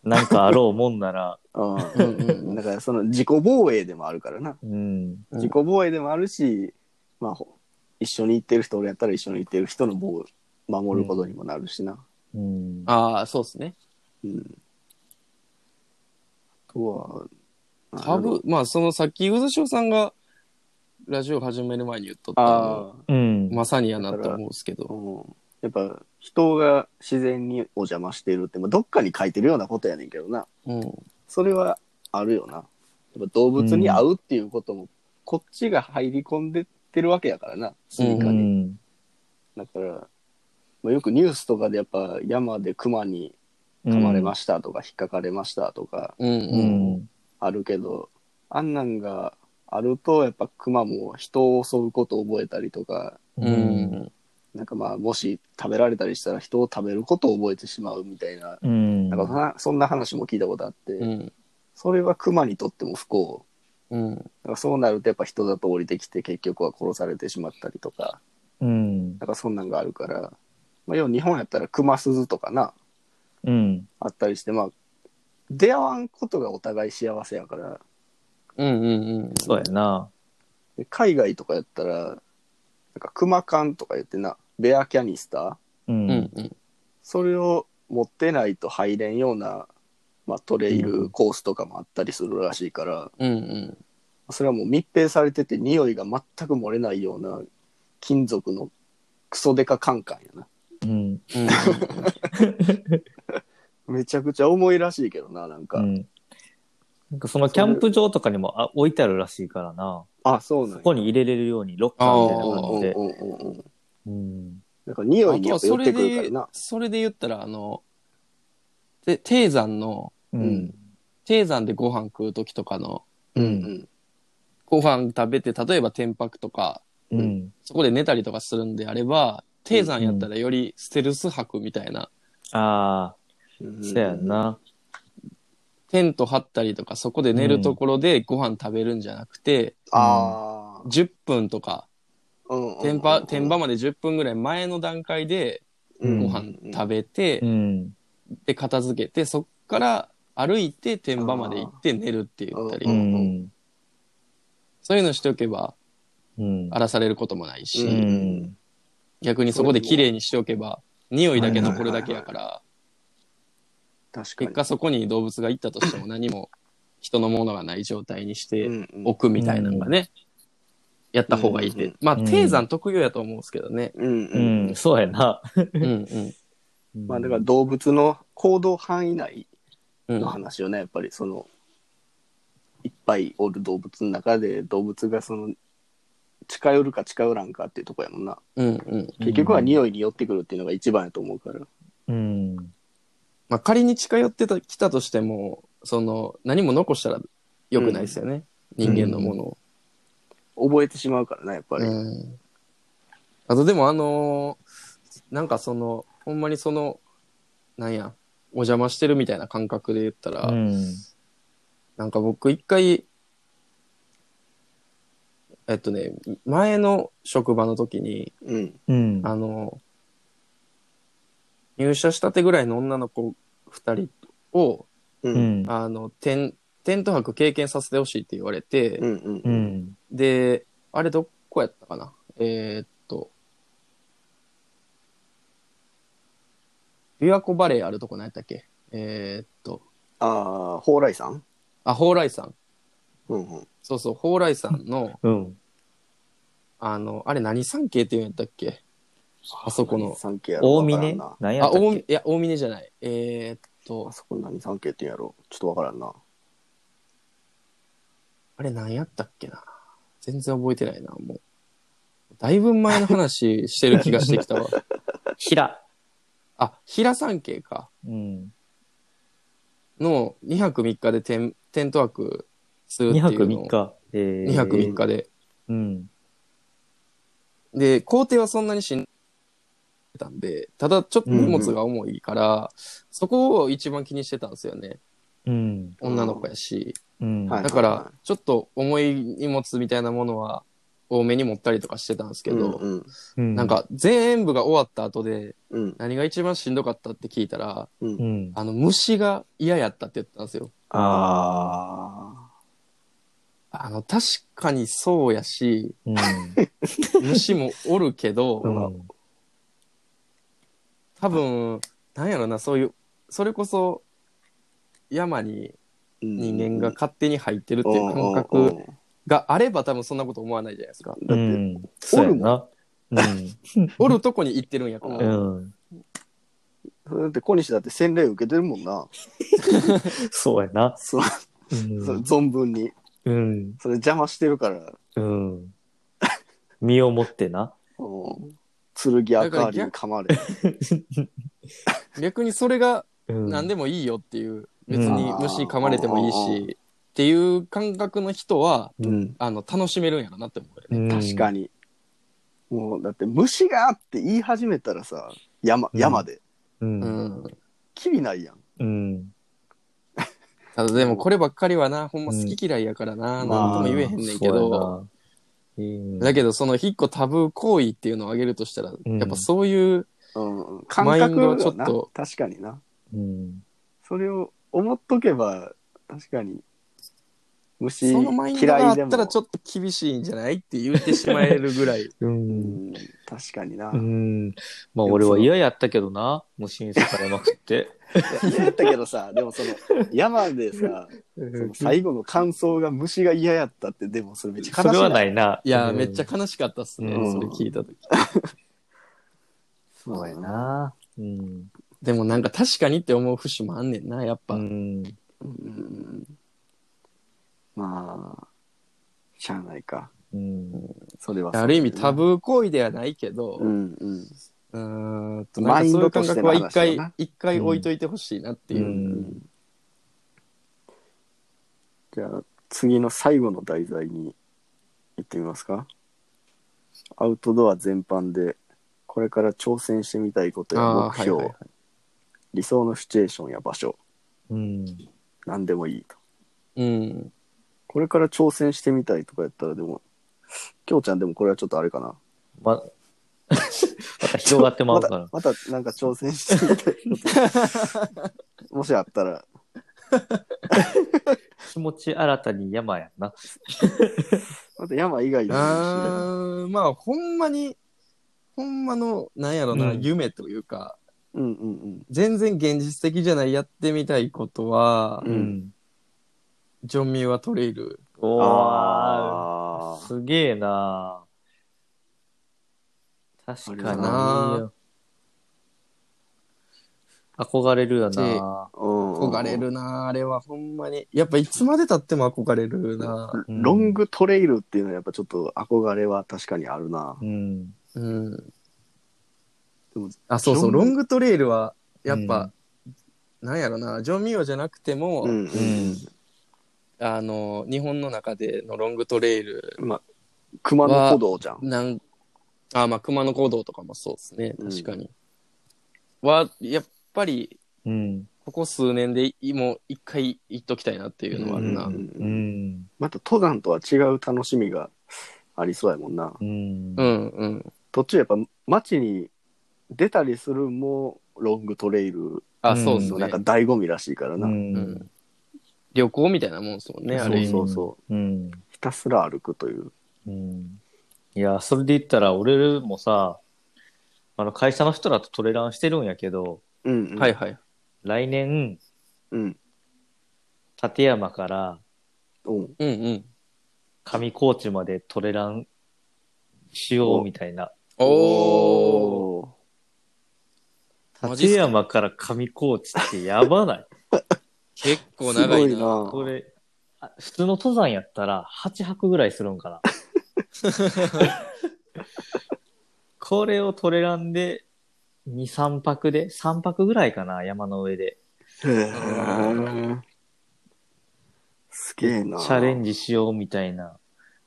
[SPEAKER 5] なんかあろうもんなら。
[SPEAKER 4] う
[SPEAKER 2] うんうん
[SPEAKER 4] ん、だからその自己防衛でもあるからな、
[SPEAKER 5] うん。
[SPEAKER 2] うん
[SPEAKER 4] 自己防衛でもあるし、まあ、ほ一緒に行ってる人俺やったら一緒に行ってる人の防守ることにもなるしな、
[SPEAKER 5] うん。
[SPEAKER 2] ああ、そうですね。
[SPEAKER 4] うんあとは
[SPEAKER 2] タブー、まあそのさっき、渦潮さんがラジオ始める前に言っとったの
[SPEAKER 4] ああ
[SPEAKER 5] うん。
[SPEAKER 2] まさにやなと思うんですけど。
[SPEAKER 4] うんやっぱ人が自然にお邪魔してるって、まあ、どっかに書いてるようなことやねんけどな
[SPEAKER 2] うん。
[SPEAKER 4] それはあるよな。やっぱ動物に会うっていうことも、こっちが入り込んでってるわけやからな、スイ
[SPEAKER 5] う
[SPEAKER 4] カに。
[SPEAKER 5] ん。
[SPEAKER 4] だから、まあ、よくニュースとかでやっぱ山で熊に噛まれましたとか、引っかかれましたとか
[SPEAKER 2] うん
[SPEAKER 5] う
[SPEAKER 2] うん。
[SPEAKER 5] ん。
[SPEAKER 4] あるけど、あんなんがあると、やっぱ熊も人を襲うことを覚えたりとか、
[SPEAKER 2] う。ん。
[SPEAKER 4] なんかまあ、もし食べられたりしたら人を食べることを覚えてしまうみたいな、
[SPEAKER 5] うん。
[SPEAKER 4] なんかそんなそんな話も聞いたことあって、
[SPEAKER 2] うん。
[SPEAKER 4] それは熊にとっても不幸。
[SPEAKER 2] うん。
[SPEAKER 4] だからそうなるとやっぱ人だと降りてきて結局は殺されてしまったりとか、
[SPEAKER 5] うん。
[SPEAKER 4] なんかそんなんがあるから、まあ、要は日本やったら熊鈴とかな、
[SPEAKER 5] うん。
[SPEAKER 4] あったりして、まあ、出会わんことがお互い幸せやから、
[SPEAKER 2] うんうんうん。
[SPEAKER 5] そうやな。
[SPEAKER 4] で海外とかやったら、なんか熊缶とか言ってな、ベアキャニスタ
[SPEAKER 2] う
[SPEAKER 4] ー、
[SPEAKER 5] う。
[SPEAKER 2] んんうん。
[SPEAKER 4] それを持ってないと入れんような、まあ、トレイルコースとかもあったりするらしいから、
[SPEAKER 2] うんうん。
[SPEAKER 4] それはもう密閉されてて匂いが全く漏れないような金属のクソデカカンカンやな。
[SPEAKER 5] うん。
[SPEAKER 2] うん
[SPEAKER 4] めちゃくちゃ重いらしいけどな、なんか。
[SPEAKER 5] うん。なんかそのキャンプ場とかにもあ置いてあるらしいからな。
[SPEAKER 4] あ、そうなん
[SPEAKER 5] そ
[SPEAKER 4] や
[SPEAKER 5] こに入れれるようにロッカーみたいな
[SPEAKER 4] うん
[SPEAKER 5] 感じで
[SPEAKER 4] う。んうんうんうん。
[SPEAKER 5] うん。
[SPEAKER 4] なんか匂
[SPEAKER 2] あ
[SPEAKER 4] いに
[SPEAKER 2] と
[SPEAKER 4] や
[SPEAKER 2] は
[SPEAKER 4] っぱ寄
[SPEAKER 2] そ
[SPEAKER 4] って
[SPEAKER 2] れ
[SPEAKER 4] くるから
[SPEAKER 2] で
[SPEAKER 4] な、。
[SPEAKER 2] それで言ったら、あの、て、低山の、
[SPEAKER 5] うん。
[SPEAKER 2] 低山でご飯食う時とかの、
[SPEAKER 5] う。
[SPEAKER 4] うんん。
[SPEAKER 2] ご飯食べて、例えば天白とか、
[SPEAKER 5] うん。
[SPEAKER 2] そこで寝たりとかするんであれば、低山やったらよりステルス泊みたいな、
[SPEAKER 5] ああ、
[SPEAKER 4] うん
[SPEAKER 5] そうやん。な。
[SPEAKER 2] テント張ったりとか、そこで寝るところでご飯食べるんじゃなくて、
[SPEAKER 4] ああ。
[SPEAKER 2] 10分とか、
[SPEAKER 4] うんうんうん
[SPEAKER 2] 天場、天場まで10分ぐらい前の段階で
[SPEAKER 5] うん
[SPEAKER 2] ご飯食べて
[SPEAKER 5] う、ん。
[SPEAKER 2] で、片付けて、そっから歩いて天場まで行って寝るって言った
[SPEAKER 5] う
[SPEAKER 2] り、
[SPEAKER 5] ん。
[SPEAKER 2] そういうのしておけば
[SPEAKER 5] うん。
[SPEAKER 2] 荒らされることもないし、
[SPEAKER 5] うん。
[SPEAKER 2] 逆にそこで綺麗にしておけば、匂いだけ残るだけやから、
[SPEAKER 4] 確かに。
[SPEAKER 2] 結果そこに動物が行ったとしても何も人のものがない状態にして
[SPEAKER 4] うんうん
[SPEAKER 2] おくみたいなのがね、やった方がいいって。
[SPEAKER 4] うんうん
[SPEAKER 2] まあ、
[SPEAKER 5] うん
[SPEAKER 2] 低山特有やと思うんですけどね。
[SPEAKER 4] うん
[SPEAKER 5] う
[SPEAKER 4] うん。
[SPEAKER 5] ん、そうやな。
[SPEAKER 2] うんうん。
[SPEAKER 4] まあだから動物の行動範囲内
[SPEAKER 2] うん
[SPEAKER 4] の話よね、やっぱりその、いっぱいおる動物の中で動物がその、近寄るか近寄らんかっていうとこやもんな。
[SPEAKER 2] うんうん。
[SPEAKER 4] 結局は
[SPEAKER 5] うん
[SPEAKER 4] 匂いに寄ってくるっていうのが一番やと思うから。
[SPEAKER 5] うん。
[SPEAKER 2] まあ、仮に近寄ってた、来たとしても、その、何も残したら良くないですよね。
[SPEAKER 5] ん
[SPEAKER 2] 人間のものを。
[SPEAKER 4] 覚えてしまうからな、やっぱり。
[SPEAKER 2] うんあとでもあのーなんかそのほんまにそのなんやお邪魔してるみたいな感覚で言ったら、
[SPEAKER 5] うん
[SPEAKER 2] なんか僕一回えっとね前の職場の時に
[SPEAKER 4] うん。
[SPEAKER 5] うん。
[SPEAKER 2] あの入社したてぐらいの女の子2人を
[SPEAKER 4] う。
[SPEAKER 5] うんん。
[SPEAKER 2] あのテンテント泊経験させてほしいって言われて、
[SPEAKER 4] うんうん
[SPEAKER 5] う
[SPEAKER 4] うん。
[SPEAKER 5] ん。
[SPEAKER 2] で、あれどこやったかなえーっと、琵琶湖バレーあるとこ何やったっけえーっと、
[SPEAKER 4] ああ、蓬莱さん
[SPEAKER 2] あ、蓬莱山。
[SPEAKER 4] うんうん。
[SPEAKER 2] そうそう、蓬莱山の、
[SPEAKER 5] うん。
[SPEAKER 2] あの、あれ何山系って言うんやったっけあそこの
[SPEAKER 4] 何三景やろ
[SPEAKER 5] 大
[SPEAKER 4] わからん
[SPEAKER 5] 峰
[SPEAKER 4] な
[SPEAKER 5] 何や
[SPEAKER 2] あ、
[SPEAKER 5] ったっ
[SPEAKER 2] 大
[SPEAKER 5] け
[SPEAKER 2] 峰いや、大峰じゃない。えーっと
[SPEAKER 4] あ、そこ何三景って言うんやろちょっとわからんな。
[SPEAKER 2] あれ何やったっけな全然覚えてないな、もう。だいぶ前の話してる気がしてきた わ。
[SPEAKER 5] 平。
[SPEAKER 2] あ、平山系か。
[SPEAKER 5] うん。
[SPEAKER 2] の2泊3日でテンテント泊するってい
[SPEAKER 5] 2
[SPEAKER 2] うのを
[SPEAKER 5] 泊3日。えー
[SPEAKER 2] 2泊3日で、
[SPEAKER 5] うん。
[SPEAKER 2] で工程はそんなにしんどいたんでただちょっと荷物が重いから、そこを一番気にしてたんですよね
[SPEAKER 5] うん。
[SPEAKER 2] 女の子やし、
[SPEAKER 5] うん。
[SPEAKER 4] はい
[SPEAKER 2] だからちょっと重い荷物みたいなものは多めに持ったりとかしてたんですけど、
[SPEAKER 4] うんうん
[SPEAKER 5] うん
[SPEAKER 2] なん、か全部が終わった後で
[SPEAKER 4] うん
[SPEAKER 2] 何が一番しんどかったって聞いたら
[SPEAKER 4] うん
[SPEAKER 5] う。ん。
[SPEAKER 2] あの虫が嫌やったって言ったんですよ
[SPEAKER 4] あ
[SPEAKER 2] あの確かにそうやし
[SPEAKER 5] うん。
[SPEAKER 2] 虫もおるけど、
[SPEAKER 5] うん
[SPEAKER 2] 多分なんやろなそういうそれこそ山に
[SPEAKER 4] ーうん
[SPEAKER 2] 人間が勝手に入ってるっていう感覚があれば多分そんなこと思わないじゃないですか。
[SPEAKER 4] だ
[SPEAKER 5] う
[SPEAKER 4] って、
[SPEAKER 5] ん。そうやな。
[SPEAKER 2] おるとこに行ってるんやから。
[SPEAKER 5] う
[SPEAKER 2] い
[SPEAKER 5] ん。うん。
[SPEAKER 4] それだって小西だって洗礼受けてるもんな。
[SPEAKER 5] そうやな。
[SPEAKER 4] そう
[SPEAKER 5] う
[SPEAKER 4] それ
[SPEAKER 5] ん。
[SPEAKER 4] 存分に。
[SPEAKER 5] うん。
[SPEAKER 4] それ邪魔してるから、
[SPEAKER 5] うん。身をもってな。
[SPEAKER 4] うん剣赤ありに噛まれ。
[SPEAKER 2] 逆にそれが
[SPEAKER 5] うん。
[SPEAKER 2] 何でもいいよっていう、別
[SPEAKER 5] うん
[SPEAKER 2] に虫噛まれてもいい
[SPEAKER 4] うんうん
[SPEAKER 2] し、っていう感覚の人は、
[SPEAKER 5] うん。
[SPEAKER 2] あの、楽しめるんやろなって思うよね。
[SPEAKER 4] 確かに。もうだって虫があって言い始めたらさ、山、
[SPEAKER 5] うん
[SPEAKER 4] 山で。
[SPEAKER 2] う
[SPEAKER 5] う。
[SPEAKER 2] んん。
[SPEAKER 4] きりないやん。
[SPEAKER 5] うん。
[SPEAKER 2] ただでもこればっかりはな、ほんま好き嫌いやからな、
[SPEAKER 4] うん
[SPEAKER 2] なんとも言えへんねんけど、
[SPEAKER 5] そうやな。
[SPEAKER 2] だけどその一個タブー行為っていうのを挙げるとしたら、
[SPEAKER 5] ん
[SPEAKER 2] やっぱそういう、
[SPEAKER 4] うんうん、感
[SPEAKER 2] マイン
[SPEAKER 4] 覚
[SPEAKER 2] ドを
[SPEAKER 4] が
[SPEAKER 2] ちょっ
[SPEAKER 4] な
[SPEAKER 2] と
[SPEAKER 4] 確かにな。
[SPEAKER 5] うん。
[SPEAKER 4] それを思っとけば、確かに、虫
[SPEAKER 2] そのマインドがあ
[SPEAKER 4] 嫌
[SPEAKER 2] っ
[SPEAKER 4] いでも。
[SPEAKER 2] たらちょっと厳しいんじゃないって言ってしまえるぐらい。
[SPEAKER 5] う。
[SPEAKER 4] うんん、確かにな。
[SPEAKER 5] うん。まあ俺は嫌やったけどな。虫に刺されまくって。
[SPEAKER 4] いや嫌やったけどさ、でもその、山でさ、その最後の感想が虫が嫌やったって、でもそれめっちゃ
[SPEAKER 5] そ
[SPEAKER 4] 悲し
[SPEAKER 5] れ
[SPEAKER 4] い
[SPEAKER 5] は
[SPEAKER 4] な。
[SPEAKER 5] ないな。
[SPEAKER 2] いやー、
[SPEAKER 5] うん
[SPEAKER 2] めっちゃ悲しかったっすね、
[SPEAKER 5] うん
[SPEAKER 2] それ聞いた時。
[SPEAKER 4] そうやな。
[SPEAKER 5] な。うん。
[SPEAKER 2] でもなんか確かにって思う節もあんねんな、やっぱ。
[SPEAKER 5] うん。
[SPEAKER 4] うんまあ、しゃあないか。
[SPEAKER 5] うん。
[SPEAKER 4] それはそう
[SPEAKER 2] あ
[SPEAKER 4] やな
[SPEAKER 2] る意味タブー行為ではないけど、
[SPEAKER 4] う
[SPEAKER 2] うん
[SPEAKER 4] うん。
[SPEAKER 2] ーんと、なんかそういう感覚は
[SPEAKER 4] マインド
[SPEAKER 2] 一
[SPEAKER 4] としての
[SPEAKER 2] 回
[SPEAKER 4] 話だな、
[SPEAKER 2] 一回置いといてほしいなっていう。
[SPEAKER 5] うん
[SPEAKER 4] うんじゃあ、次の最後の題材に行ってみますか。アウトドア全般で、これから挑戦してみたいことや
[SPEAKER 2] ああ、
[SPEAKER 4] 目
[SPEAKER 2] はい
[SPEAKER 4] 標、
[SPEAKER 2] はいはい。
[SPEAKER 4] 理想のシチュエーションや場所、
[SPEAKER 5] うん。
[SPEAKER 4] 何でもいいと。
[SPEAKER 2] うん。
[SPEAKER 4] これから挑戦してみたいとかやったら、でも、きょうちゃんでもこれはちょっとあれかな。
[SPEAKER 5] ま、また広がってまうから。
[SPEAKER 4] また、またなんか挑戦してみた いこと。もしあったら、
[SPEAKER 5] 気持ち新たに山やんな。
[SPEAKER 4] また山以外でもいいし
[SPEAKER 2] あーまあ、ほんまに、ほんまの、なんやろな、
[SPEAKER 5] うん
[SPEAKER 2] 夢というか、
[SPEAKER 4] うんうんうん。
[SPEAKER 2] 全然現実的じゃないやってみたいことは、
[SPEAKER 4] うん。
[SPEAKER 2] ジョンミューはトレイル。
[SPEAKER 5] おー。
[SPEAKER 4] あー
[SPEAKER 5] すげえな確
[SPEAKER 4] あれ
[SPEAKER 5] かに
[SPEAKER 4] だ
[SPEAKER 2] な
[SPEAKER 5] 憧れるよな
[SPEAKER 4] うんうんうん
[SPEAKER 2] 憧れるなあれはほんまに。やっぱいつまで経っても憧れるな
[SPEAKER 5] うん
[SPEAKER 4] ロングトレイルっていうのはやっぱちょっと憧れは確かにあるな
[SPEAKER 5] う。ん。
[SPEAKER 2] うん。
[SPEAKER 4] でも
[SPEAKER 2] あ、そうそう、
[SPEAKER 4] ロ
[SPEAKER 2] ロ
[SPEAKER 4] ン
[SPEAKER 2] ン
[SPEAKER 4] グ
[SPEAKER 2] グトレイルは、やっぱ、なんやろな、ジョン・ミオじゃなくても、
[SPEAKER 4] うんうん。
[SPEAKER 2] あの、日本の中でのロングトレイル、
[SPEAKER 4] まあ、熊野古道じゃん。
[SPEAKER 2] なん、あ、まあ、熊野古道とかもそうですね、
[SPEAKER 4] うん
[SPEAKER 2] 確かに。は、やっぱり、
[SPEAKER 5] うん。
[SPEAKER 2] ここ数年でいもう一回行っときたいなっていうのはあるな。
[SPEAKER 5] う
[SPEAKER 2] うんん、
[SPEAKER 5] ん。
[SPEAKER 4] また登山とは違う楽しみがありそうやもんな。
[SPEAKER 5] うん。
[SPEAKER 2] う。ん、うん。
[SPEAKER 4] 途中やっぱ街に出たりするんもロングトレイル
[SPEAKER 2] あ、そうっす
[SPEAKER 4] の
[SPEAKER 2] ね。
[SPEAKER 4] なんか醍醐味らしいからな。
[SPEAKER 2] う。ん、旅行みたいなもんですもんね、あ
[SPEAKER 4] そう
[SPEAKER 2] れ。
[SPEAKER 4] そうそう
[SPEAKER 5] うん。
[SPEAKER 4] ひたすら歩くという。
[SPEAKER 5] うん。いや、それで言ったら、俺もさ、あの、会社の人らとトレランしてるんやけど、
[SPEAKER 4] うん、うん。
[SPEAKER 2] はい。はい。
[SPEAKER 5] 来年、
[SPEAKER 4] うん。
[SPEAKER 5] 立山から
[SPEAKER 4] うん。
[SPEAKER 2] うんうん。
[SPEAKER 5] 上高地までトレランしようみたいな。
[SPEAKER 2] おー。
[SPEAKER 4] おー。
[SPEAKER 2] マジっ
[SPEAKER 5] 立
[SPEAKER 2] すか
[SPEAKER 5] 山から上高地ってやばない。
[SPEAKER 2] 結構長い
[SPEAKER 4] す
[SPEAKER 2] な。
[SPEAKER 4] ご
[SPEAKER 5] これ、あ普通の登山やったら8泊ぐらいするんかな。これをトレランで2、3泊で、3泊ぐらいかな、山の上で。
[SPEAKER 4] へーすげえな。
[SPEAKER 5] チャレンジしようみたいな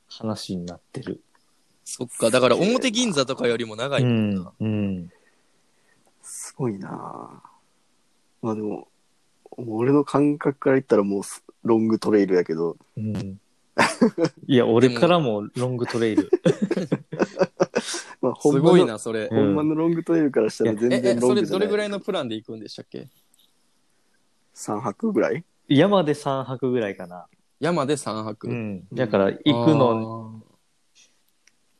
[SPEAKER 5] 話になってる。
[SPEAKER 2] そっか、だから表銀座とかよりも長いな。
[SPEAKER 5] うん。うん。
[SPEAKER 4] すごいな。まあでも、俺の感覚から言ったらもうすロングトレイルやけど、
[SPEAKER 5] うん。いや、俺からもロングトレイル。
[SPEAKER 4] まあ、
[SPEAKER 2] す
[SPEAKER 4] 本
[SPEAKER 2] ご
[SPEAKER 4] 場
[SPEAKER 2] い
[SPEAKER 4] の、
[SPEAKER 2] な、それ。
[SPEAKER 5] う
[SPEAKER 2] え
[SPEAKER 5] ん
[SPEAKER 4] ほんまのロングトレイルからしたら全
[SPEAKER 2] え
[SPEAKER 4] 然、ロ
[SPEAKER 2] そ
[SPEAKER 4] ング
[SPEAKER 2] れ
[SPEAKER 4] じゃ
[SPEAKER 2] ど
[SPEAKER 4] ない。
[SPEAKER 2] れぐらいのプランで行くんでしたっけ
[SPEAKER 4] ?3 泊ぐらい
[SPEAKER 5] 山で3泊ぐらいかな。
[SPEAKER 2] 山で3泊。
[SPEAKER 5] うん。だから行くの、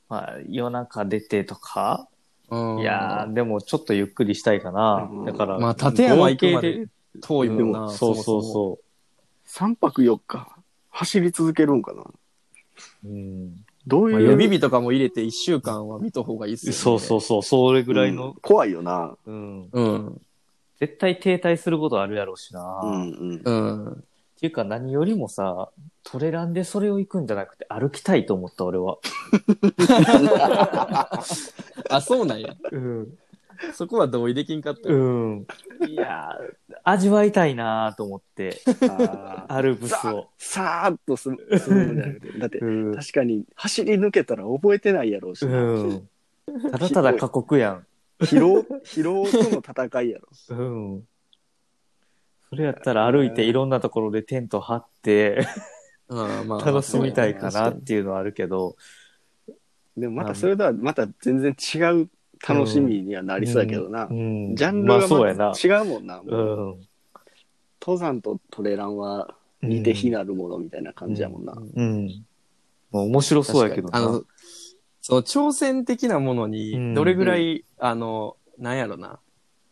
[SPEAKER 5] まあ夜中出てとか、
[SPEAKER 2] あー。うん
[SPEAKER 5] いやー、でもちょっとゆっくりしたいかな
[SPEAKER 4] うん。
[SPEAKER 5] だから、
[SPEAKER 2] まあ、立山行くま
[SPEAKER 5] 合計
[SPEAKER 2] で遠いもんな。
[SPEAKER 5] そうそう
[SPEAKER 2] もも
[SPEAKER 5] そ
[SPEAKER 4] ?3 泊4日。走り続けるんかな
[SPEAKER 5] う。うん。
[SPEAKER 4] どう
[SPEAKER 2] まあ
[SPEAKER 4] いう。
[SPEAKER 2] 予備日とかも入れて1週間は見た方がいいっすよ、ね。
[SPEAKER 5] そうそうそう、それぐらい
[SPEAKER 4] う
[SPEAKER 5] の
[SPEAKER 4] ん。怖いよな。
[SPEAKER 5] うん。
[SPEAKER 2] う。うん。
[SPEAKER 5] 絶対停滞することあるやろうしな。
[SPEAKER 4] う
[SPEAKER 5] っ
[SPEAKER 4] んうん。
[SPEAKER 2] うん。
[SPEAKER 5] ていうか何よりもさ、トレランでそれを行くんじゃなくて歩きたいと思った俺は。
[SPEAKER 2] あ、そうなんや。
[SPEAKER 5] うん。
[SPEAKER 2] そこは同意できんかった。
[SPEAKER 5] うん。いやー、味わいたいなーと思って、
[SPEAKER 4] あー
[SPEAKER 5] アルプスを。
[SPEAKER 4] さーっとすするんじゃなくて。だって、
[SPEAKER 5] うん。
[SPEAKER 4] 確かに走り抜けたら覚えてないやろうしな。
[SPEAKER 5] うん。ただただ過酷やん。
[SPEAKER 4] 疲労、疲労との戦いやろ。
[SPEAKER 5] うん。それやったら歩いていろんなところでテント張って、
[SPEAKER 2] あーまあ
[SPEAKER 5] 楽しみたいかな
[SPEAKER 2] 確
[SPEAKER 5] っ
[SPEAKER 2] に
[SPEAKER 5] ていうのはあるけど、
[SPEAKER 4] でもまたそれとはまた全然違う楽しみにはなりそうやけどな。
[SPEAKER 5] うん、
[SPEAKER 4] ジャンル
[SPEAKER 5] まあ
[SPEAKER 4] が
[SPEAKER 5] そうやな
[SPEAKER 4] ま、た違うもんな。
[SPEAKER 5] うん、
[SPEAKER 4] 登山とトレランは似て非なるものみたいな感じやもんな。
[SPEAKER 5] うん、もう面白そうやけどな
[SPEAKER 2] あの、その挑戦的なもの
[SPEAKER 5] うん
[SPEAKER 2] に、どれぐらい、あの、なんやろな、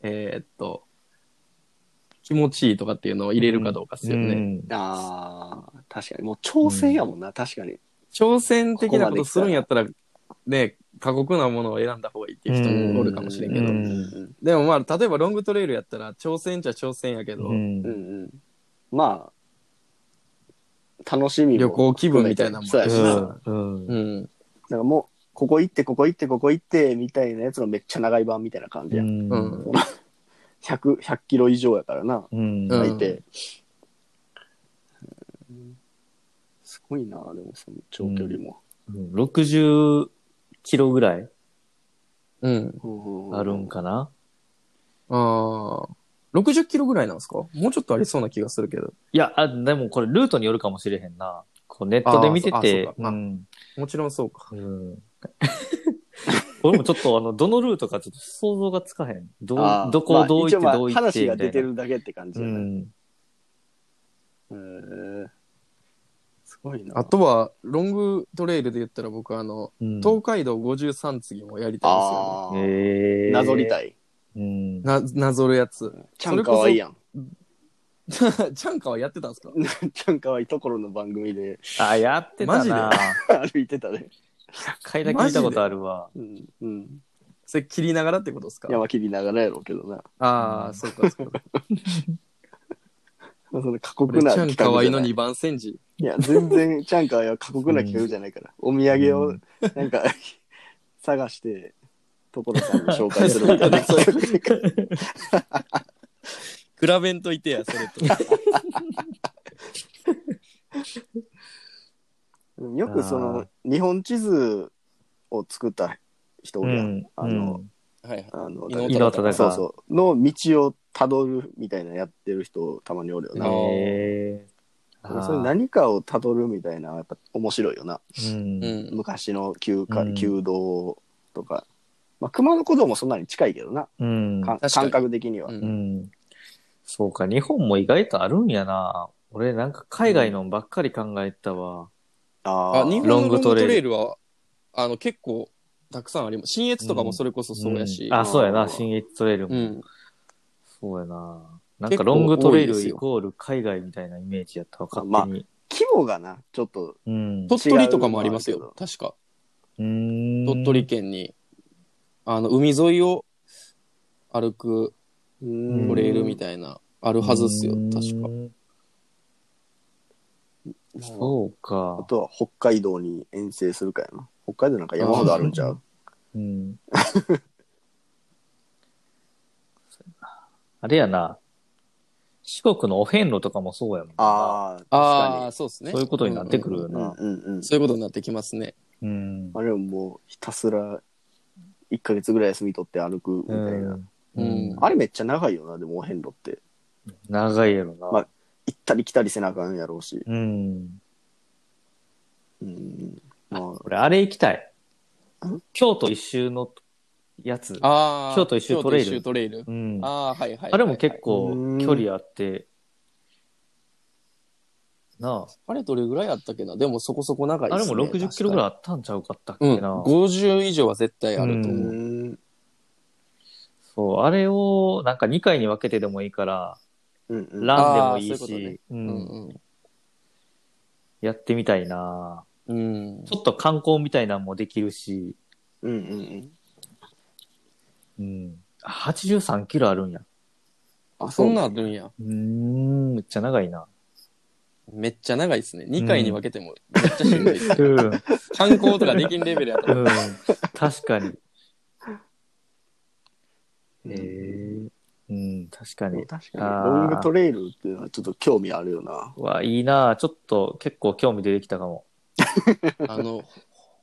[SPEAKER 2] えーっと、気持ちいいとかっていうのを入れるかどうかですよね。
[SPEAKER 5] うん
[SPEAKER 4] ああ、確かに。もう挑戦やもんな、確かに。
[SPEAKER 2] 挑戦的なことするんやったら、ね、過酷なものを選んだ方がいいっていう人
[SPEAKER 5] うん
[SPEAKER 2] もおるかもしれんけど、
[SPEAKER 5] うん
[SPEAKER 4] うん
[SPEAKER 2] でもまあ、例えばロングトレイルやったら、挑戦っちゃ挑戦やけど、
[SPEAKER 5] うん
[SPEAKER 4] うんうん。まあ、楽しみも
[SPEAKER 2] 旅行気分みたいなもん
[SPEAKER 4] そうや
[SPEAKER 2] う
[SPEAKER 4] しな。だか
[SPEAKER 5] うん
[SPEAKER 2] う
[SPEAKER 5] うん
[SPEAKER 2] ん。
[SPEAKER 4] らもう、ここ行って、ここ行って、ここ行って、みたいなやつのめっちゃ長い版みたいな感じや。
[SPEAKER 2] う
[SPEAKER 5] うん
[SPEAKER 2] ん。
[SPEAKER 4] 100、100キロ以上やからな。
[SPEAKER 5] うん
[SPEAKER 2] うん
[SPEAKER 4] 書いて、うんすごいなでもその長距離も、
[SPEAKER 5] 60キロぐらい
[SPEAKER 2] うん。
[SPEAKER 5] あるんかな、
[SPEAKER 2] ああ、60キロぐらいなんですかもうちょっとありそうな気がするけど。
[SPEAKER 5] いやあ、でもこれルートによるかもしれへんな。こうネットで見てて、
[SPEAKER 2] あーそあそうか
[SPEAKER 5] ん
[SPEAKER 2] もちろんそうか。
[SPEAKER 5] うん、俺もちょっとあの、どのルートかちょっと想像がつかへん。ど
[SPEAKER 4] あ
[SPEAKER 5] う
[SPEAKER 4] ー
[SPEAKER 5] どこをどう行って、
[SPEAKER 4] まあ一応
[SPEAKER 5] どう
[SPEAKER 4] ま
[SPEAKER 5] 行
[SPEAKER 4] あ
[SPEAKER 5] って
[SPEAKER 4] 話
[SPEAKER 5] み
[SPEAKER 4] が
[SPEAKER 5] たいな。
[SPEAKER 4] 出てるだけって感じ
[SPEAKER 5] う
[SPEAKER 4] だね、
[SPEAKER 5] ん。
[SPEAKER 4] へーすごいな
[SPEAKER 2] あとは、ロングトレイルで言ったら僕、あの、
[SPEAKER 5] うん
[SPEAKER 2] 東海道53次もやりたいんですよ、
[SPEAKER 4] あー、
[SPEAKER 5] えー
[SPEAKER 4] なぞりたい
[SPEAKER 5] うん。
[SPEAKER 2] ね。な、なぞるやつ。
[SPEAKER 4] ちゃんかわいいやん
[SPEAKER 2] ちゃんかはやってたんですか
[SPEAKER 4] ちゃんかわいいところの番組で
[SPEAKER 5] あ、やってた
[SPEAKER 2] マジで
[SPEAKER 5] な。
[SPEAKER 4] 歩いてたね。
[SPEAKER 5] 1回だけ見たことあるわ。
[SPEAKER 4] うん。うん。
[SPEAKER 2] それ切りながらってことですか
[SPEAKER 4] 山切りながらやろうけどな。
[SPEAKER 2] ああ、そうか、そうか。
[SPEAKER 4] まあそんな過酷
[SPEAKER 2] 俺、ち
[SPEAKER 4] な
[SPEAKER 2] ゃん
[SPEAKER 4] 企画じゃ
[SPEAKER 2] か
[SPEAKER 4] な
[SPEAKER 2] わ
[SPEAKER 4] い。
[SPEAKER 2] いの2番煎じ。
[SPEAKER 4] いや、全然、ちゃんかわいは過酷な企画じゃないから。お土産
[SPEAKER 5] う
[SPEAKER 4] を
[SPEAKER 5] ん、
[SPEAKER 4] なんか、探して、所さんに紹介するみたいな。
[SPEAKER 2] そ
[SPEAKER 4] そうう
[SPEAKER 2] い
[SPEAKER 4] いうう
[SPEAKER 2] 比べんといてや、それと。
[SPEAKER 4] うんよくその日本地図を作った人
[SPEAKER 5] う
[SPEAKER 4] が、
[SPEAKER 5] ん。
[SPEAKER 4] あの、
[SPEAKER 2] はいはい。
[SPEAKER 4] あの
[SPEAKER 2] 伊能
[SPEAKER 5] 伊能忠
[SPEAKER 4] そう
[SPEAKER 5] 敬。
[SPEAKER 4] そうの道をたどるみたいなやってる人たまにおるよ
[SPEAKER 2] あ
[SPEAKER 4] な
[SPEAKER 2] ー。
[SPEAKER 5] へーあー
[SPEAKER 4] それ何かをたどるみたいなやっぱ面白いよな。
[SPEAKER 5] うん
[SPEAKER 2] うん。
[SPEAKER 4] 昔の旧か
[SPEAKER 5] うん
[SPEAKER 4] 旧道とか、まあ、熊野古道もそんなに近いけどな、
[SPEAKER 5] うん
[SPEAKER 4] か
[SPEAKER 2] かに
[SPEAKER 4] 感覚的には。
[SPEAKER 2] う
[SPEAKER 5] うんん。そうか、日本も意外とあるんやな。俺なんか海外のばっかり考えてたわ。
[SPEAKER 4] あ
[SPEAKER 2] あ、
[SPEAKER 4] ー
[SPEAKER 2] 日本の
[SPEAKER 5] ロン
[SPEAKER 2] ロン
[SPEAKER 5] グ
[SPEAKER 2] グ
[SPEAKER 5] ト
[SPEAKER 2] ト
[SPEAKER 5] レイル
[SPEAKER 2] レイルは、あの、結構、たくさんあります。新越とかもそれこそそうやし。
[SPEAKER 5] んあ、そうや
[SPEAKER 4] う
[SPEAKER 5] な、
[SPEAKER 4] ん
[SPEAKER 5] 新越トレイルも。
[SPEAKER 2] うん。
[SPEAKER 5] そうやな。なん
[SPEAKER 2] 結構
[SPEAKER 5] かロングトレイ
[SPEAKER 2] 多いで
[SPEAKER 5] ル
[SPEAKER 2] す
[SPEAKER 5] イ
[SPEAKER 2] よ
[SPEAKER 5] コール海外みたいなイメージやったわ、勝
[SPEAKER 4] まあ
[SPEAKER 5] 手に。
[SPEAKER 4] 規模がな、ちょっと、
[SPEAKER 5] うん。
[SPEAKER 2] 鳥取とかもあります
[SPEAKER 4] 違うの
[SPEAKER 2] よ
[SPEAKER 4] は。
[SPEAKER 2] 確か。鳥
[SPEAKER 5] 鳥
[SPEAKER 2] 取県に、あの、海沿いを歩く
[SPEAKER 5] ん
[SPEAKER 2] トレイルみ
[SPEAKER 4] い
[SPEAKER 2] たいな、あるはずっすよ。確か。
[SPEAKER 4] な。
[SPEAKER 5] そうか
[SPEAKER 4] あ。とは北海道に遠征するかやな。北海道なんか山ほどあるんちゃう
[SPEAKER 5] うん。あれやな。四国のお遍路とかもそうやもんな。
[SPEAKER 4] ああ、確
[SPEAKER 2] ああ
[SPEAKER 4] か
[SPEAKER 2] ー、そうですね。
[SPEAKER 5] そういうことになってくる
[SPEAKER 2] うん
[SPEAKER 4] に。う
[SPEAKER 5] よ
[SPEAKER 4] ん
[SPEAKER 5] な。
[SPEAKER 4] うんうん。
[SPEAKER 2] そういうことになってきますね。
[SPEAKER 5] うん。
[SPEAKER 4] あれはもうひたすら1ヶ月ぐらい休み取って歩くみたいな。
[SPEAKER 5] う
[SPEAKER 2] うん
[SPEAKER 5] ん。
[SPEAKER 4] あれめっちゃ長いよな、でもお遍路って。
[SPEAKER 5] 長いやろな。
[SPEAKER 4] まあ行ったり来たりせなあかんやろうし。
[SPEAKER 5] うん。
[SPEAKER 4] うん。ま
[SPEAKER 5] 俺、あれ行きたい
[SPEAKER 4] ん。
[SPEAKER 5] 京都一周のやつ。
[SPEAKER 2] ああ。
[SPEAKER 5] 京都一周トレイ
[SPEAKER 2] 京
[SPEAKER 5] ル
[SPEAKER 2] 都一周トレイル。
[SPEAKER 5] うん。あ
[SPEAKER 2] ああー、はいはいはいはい。
[SPEAKER 5] れも結構
[SPEAKER 4] うん
[SPEAKER 5] 距離あって。な
[SPEAKER 2] あれどれぐらいあったっけなでもそこそこ長い
[SPEAKER 5] あ。あれも60キロぐらい
[SPEAKER 2] い。
[SPEAKER 5] あったんちゃうかったっ
[SPEAKER 2] うん
[SPEAKER 5] け。な。
[SPEAKER 2] 50以上は絶対あると
[SPEAKER 4] あ、う
[SPEAKER 2] 思う。
[SPEAKER 4] ん。
[SPEAKER 5] そう、あれをなんか2回に分けてでもいいから、
[SPEAKER 4] うんうん
[SPEAKER 5] ランでもいい
[SPEAKER 2] あーそういう
[SPEAKER 5] し、う
[SPEAKER 2] うんん
[SPEAKER 5] やってみたいな
[SPEAKER 2] うん。うん。
[SPEAKER 5] ちょっと観光みたいなのもできるし、
[SPEAKER 4] うんうんうん。
[SPEAKER 5] うん。83キロあるんや。
[SPEAKER 4] あ、
[SPEAKER 2] そん
[SPEAKER 4] う
[SPEAKER 2] なんあるんや。
[SPEAKER 5] うーん、めっちゃ長いな。
[SPEAKER 2] めっちゃ長いですね。2回に分けてもめっちゃしんどいです。
[SPEAKER 5] うん。
[SPEAKER 2] 観光とかできんレベルやと思う。
[SPEAKER 5] うん、確かに。
[SPEAKER 4] うん
[SPEAKER 5] ええうん、確かに。
[SPEAKER 4] 確かに。
[SPEAKER 5] あー
[SPEAKER 4] ロングトレイルっていうのはちょっと興味あるよな。
[SPEAKER 5] うわ、いいなぁちょっと結構興味出てきたかも。
[SPEAKER 2] あの、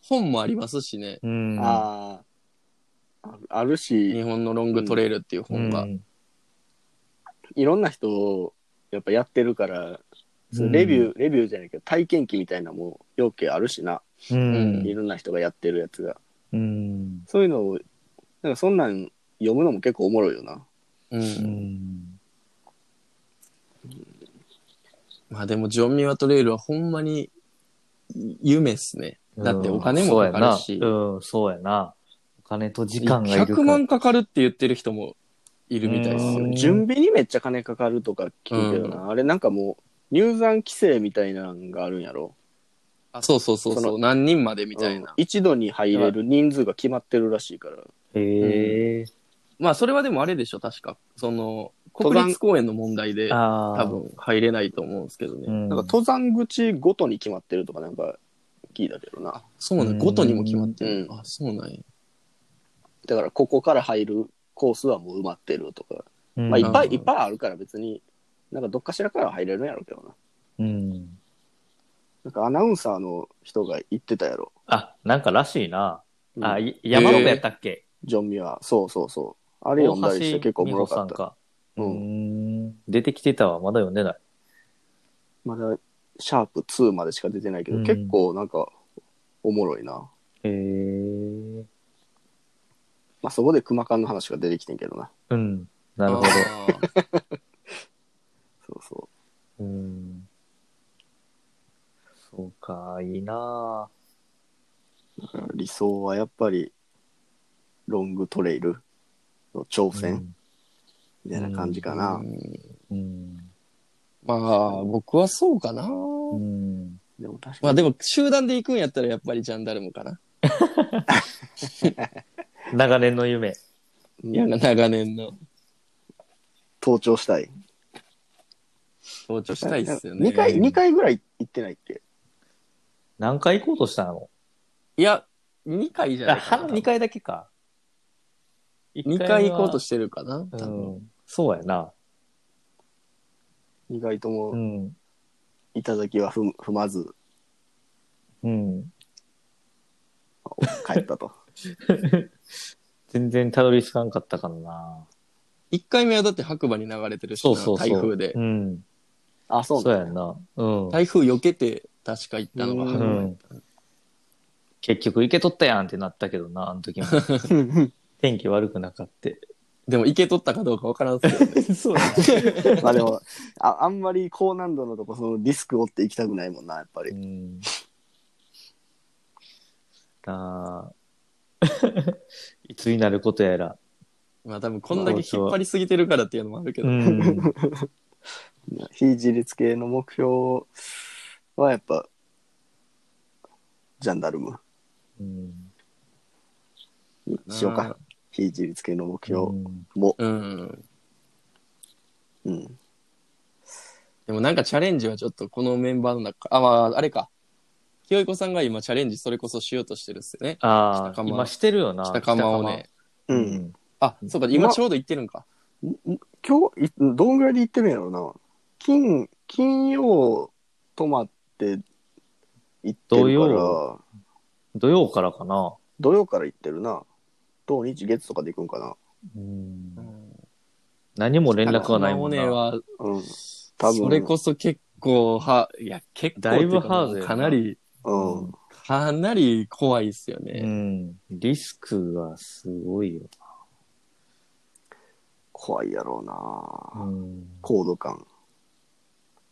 [SPEAKER 2] 本もありますしね。
[SPEAKER 5] うん。
[SPEAKER 4] ああ。あるある
[SPEAKER 2] 日
[SPEAKER 4] し、
[SPEAKER 2] 本のロングトレイルっていう本が。
[SPEAKER 5] うん
[SPEAKER 4] いろんな人をやっぱやってるから、そのレビュー、レビューじゃないけど、体験記みたいなのも要件あるしな。
[SPEAKER 5] うん
[SPEAKER 4] いろんな人がやってるやつが。
[SPEAKER 5] うん。
[SPEAKER 4] そういうのを、なんかそんなん読むのも結構おもろいよな。
[SPEAKER 2] うん。
[SPEAKER 5] うん。
[SPEAKER 2] まあでも、ジョンミワトレイルはほんまに夢っすね。だってお金もかかるし
[SPEAKER 5] そうやな。うん、そうやな。お金と時間がいる
[SPEAKER 2] 100万かかるって言ってる人もいるみたいですよ。
[SPEAKER 5] うん
[SPEAKER 4] 準備にめっちゃ金かかるとか聞くけどな。あれなんかもう、入山規制みたいなんがあるんやろ。
[SPEAKER 2] あそうそうそう
[SPEAKER 4] そ
[SPEAKER 2] そう
[SPEAKER 4] の
[SPEAKER 2] 何人までみたい
[SPEAKER 4] うん
[SPEAKER 2] な、
[SPEAKER 4] 一度に入れる人数が決まってるらしいから。
[SPEAKER 5] へえ
[SPEAKER 2] まあそれはでもあれでしょ確かその
[SPEAKER 4] 登
[SPEAKER 2] 国
[SPEAKER 4] 山
[SPEAKER 2] 立公園の問題で
[SPEAKER 5] ああ。
[SPEAKER 2] 多。分入れないと思うんですけどね、
[SPEAKER 5] うん。
[SPEAKER 4] なんか登山口ごとに決まってるとかなんか聞いたけどな。
[SPEAKER 2] そうなんごとにも決まってる、
[SPEAKER 4] うん
[SPEAKER 2] あそうなんや
[SPEAKER 4] だからここから入るコースはもう埋まってるとか。
[SPEAKER 5] うん
[SPEAKER 4] まあいっぱい
[SPEAKER 2] うん
[SPEAKER 4] いっぱいあるから別に、なんかどっかしらから入れるんやろうけどな。
[SPEAKER 5] うん。
[SPEAKER 4] なんかアナウンサーの人が言ってたやろ。
[SPEAKER 5] あ、なんからしいな。
[SPEAKER 4] うん
[SPEAKER 5] あ、い山の部やったっけ
[SPEAKER 4] ジョン・ミは。そうそうそう。あ
[SPEAKER 5] あ
[SPEAKER 4] れ読んだりして結構おもろかった。
[SPEAKER 5] う。
[SPEAKER 4] うん
[SPEAKER 5] 出てきてたわ。まだ読んでない。
[SPEAKER 4] まだシャープ2までしか出てないけど、
[SPEAKER 5] うん
[SPEAKER 4] 結構なんかおもろいな。
[SPEAKER 5] へえ。
[SPEAKER 4] まあそこで熊缶の話が出てきてんけどな。
[SPEAKER 5] うん。なるほど。
[SPEAKER 2] あー
[SPEAKER 4] そうそ
[SPEAKER 5] うん。そうか、いいな
[SPEAKER 4] う。だから理想はやっぱりロングトレイルの挑
[SPEAKER 5] ぁ
[SPEAKER 4] 戦みたいな感じかな。
[SPEAKER 2] うん
[SPEAKER 5] うん。
[SPEAKER 2] まあ、僕はそうかな。
[SPEAKER 5] うん。
[SPEAKER 4] でも確
[SPEAKER 2] ま
[SPEAKER 4] か
[SPEAKER 2] あ
[SPEAKER 4] に。
[SPEAKER 2] でも、集団で行くんやったらやっぱりジャンダルムかな。
[SPEAKER 5] 長年の夢。
[SPEAKER 2] いや、長年の。
[SPEAKER 4] 盗聴したい。
[SPEAKER 2] 登場したいっすよね。
[SPEAKER 4] 2回、二回ぐらい行ってないって。
[SPEAKER 5] 何回行こうとしたの
[SPEAKER 2] いや、2回じゃ
[SPEAKER 5] あ、
[SPEAKER 2] ないかな。
[SPEAKER 5] 2回だけか。
[SPEAKER 2] 二回行こうとしてるかな。多
[SPEAKER 5] た。う
[SPEAKER 2] 分
[SPEAKER 5] ん。そうやな。
[SPEAKER 4] 2回と
[SPEAKER 5] う
[SPEAKER 4] も、
[SPEAKER 5] ん。
[SPEAKER 4] いただきは踏む踏まず、
[SPEAKER 5] うん。
[SPEAKER 4] 帰ったと。
[SPEAKER 5] 全然たどり着かんかったからな。
[SPEAKER 2] 一回目はだって白馬に流れてるしな、
[SPEAKER 5] そうそうそう。
[SPEAKER 2] 台風で
[SPEAKER 5] う。ん。
[SPEAKER 4] あ、そう
[SPEAKER 5] そう
[SPEAKER 4] なん
[SPEAKER 5] やんな。うん。
[SPEAKER 2] 台風避けて、確か行ったのが白馬
[SPEAKER 5] う
[SPEAKER 2] やっ
[SPEAKER 5] ん結局行けとったやんってなったけどな、あの 時も。天気悪くなかって。
[SPEAKER 2] でも行けとったかどうかわからんっすけどね。
[SPEAKER 5] そうや
[SPEAKER 4] まあでもあ、あんまり高難度のとこ、そのリスクを負って行きたくないもんな、やっぱり
[SPEAKER 5] う。ん。なあ。 いつになることやら。
[SPEAKER 2] まあ多分こんだけ引っ張りすぎてるからっていうのもあるけど。
[SPEAKER 5] うん。
[SPEAKER 4] 非自立系の目標はやっぱ、ジャンダルム
[SPEAKER 5] うん
[SPEAKER 4] にしようか。非自立系の目標も。
[SPEAKER 2] うん。
[SPEAKER 4] うん。
[SPEAKER 2] でもなんかチャレンジはちょっとこのメンバーの中、あ、まああれか。清子さんが今チャレンジそれこそしようとしてるっすよね。
[SPEAKER 5] あ
[SPEAKER 2] 北
[SPEAKER 5] あ、
[SPEAKER 2] 釜
[SPEAKER 5] 今してるよな。
[SPEAKER 2] 北釜をね。
[SPEAKER 5] 北
[SPEAKER 4] う。
[SPEAKER 5] 釜。うんん。
[SPEAKER 2] あ、そうか、今ちょうど行ってるんか。
[SPEAKER 4] 今日、いどんぐらいで行ってるんやろうな。金、金曜泊まって行って
[SPEAKER 5] 土
[SPEAKER 4] るから、
[SPEAKER 5] 曜土曜からかな。
[SPEAKER 4] 土曜から行ってるな。土日月とかで行くんかな。
[SPEAKER 5] うん。何も連絡はないもん
[SPEAKER 2] 北釜尾根
[SPEAKER 5] な。
[SPEAKER 2] は
[SPEAKER 4] うん。多分。
[SPEAKER 2] それこそ結構は、いや、結構ってうか
[SPEAKER 5] だいぶハードやな
[SPEAKER 2] かなり、
[SPEAKER 4] うん。
[SPEAKER 2] かなり怖いですよ
[SPEAKER 5] う
[SPEAKER 2] ね。
[SPEAKER 5] ん。リスクがすごいよ。
[SPEAKER 4] 怖いやろうな、
[SPEAKER 5] うん。
[SPEAKER 4] 高度感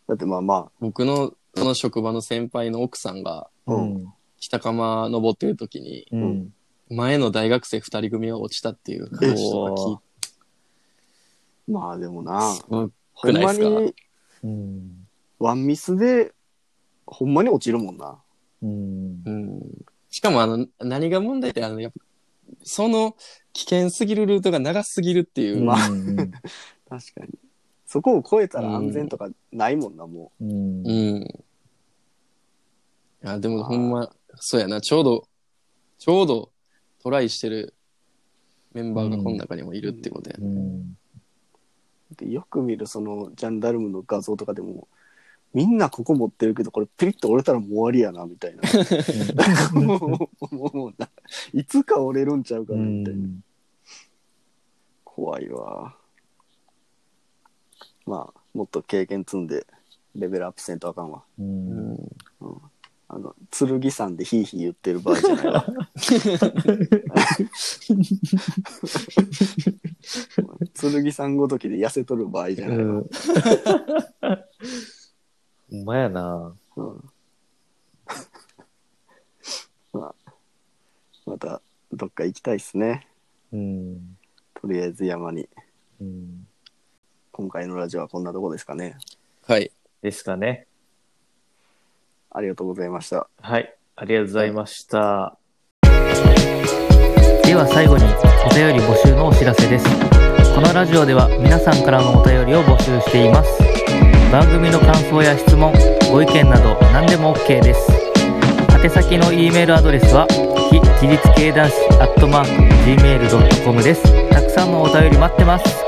[SPEAKER 4] だってまあま
[SPEAKER 2] 僕の、その職場の先輩の奥さんが、
[SPEAKER 4] う
[SPEAKER 5] うん。
[SPEAKER 2] 北釜登ってる時に、
[SPEAKER 5] うん。
[SPEAKER 2] 前の大学生二人組が落ちたっていう話とか聞いて、
[SPEAKER 4] あまあでもな
[SPEAKER 2] すごい
[SPEAKER 4] ほん
[SPEAKER 2] 暗いっ
[SPEAKER 4] ます
[SPEAKER 2] か
[SPEAKER 4] に
[SPEAKER 5] うん。
[SPEAKER 4] ワンミスでほんまに落ちるもんな
[SPEAKER 5] うん
[SPEAKER 2] うん。しかも、あの、何が問題って、あの、やっぱ、その危険すぎるルートが長すぎるっていう、
[SPEAKER 4] まあ
[SPEAKER 5] うん
[SPEAKER 4] 確かにそこを超えたら安全とかないもんな、も
[SPEAKER 5] うん
[SPEAKER 2] うん。あ、でもほんま、そうやな、ちょうど、ちょうどトライしてるメンバーがこの中にもいるってことや
[SPEAKER 5] う
[SPEAKER 2] ね。
[SPEAKER 5] ん
[SPEAKER 4] うでよく見るそのジャンダルムの画像とかでもみんなここ持ってるけどこれピリッと折れたらもう終わりやなみたいなもうもうもうないつか折れるんちゃうか
[SPEAKER 5] う
[SPEAKER 4] なみたいな、
[SPEAKER 5] ん
[SPEAKER 4] 怖いわまあもっと経験積んでレベルアップせんとあかんわ
[SPEAKER 5] う
[SPEAKER 2] うんん。
[SPEAKER 4] あの剣さんでヒーヒー言ってる場合じゃないわ剣さんごときで痩せとる場合じゃないわ、
[SPEAKER 5] うん ほんまやな。
[SPEAKER 4] うん まあまたどっか行きたいっすね
[SPEAKER 5] うん。
[SPEAKER 4] とりあえず山に
[SPEAKER 5] うん
[SPEAKER 4] 今回のラジオはこんなとこですかね
[SPEAKER 2] はい。
[SPEAKER 5] ですかね。
[SPEAKER 4] ありがとうございました
[SPEAKER 5] はい。ありがとうございました。では最後にお便り募集のお知らせです。このラジオでは皆さんからのお便りを募集しています。番組の感想や質問、ご意見など何でも OK です。宛先の E メールアドレスは非自立系男子 gmail.com です。たくさんのお便り待ってます。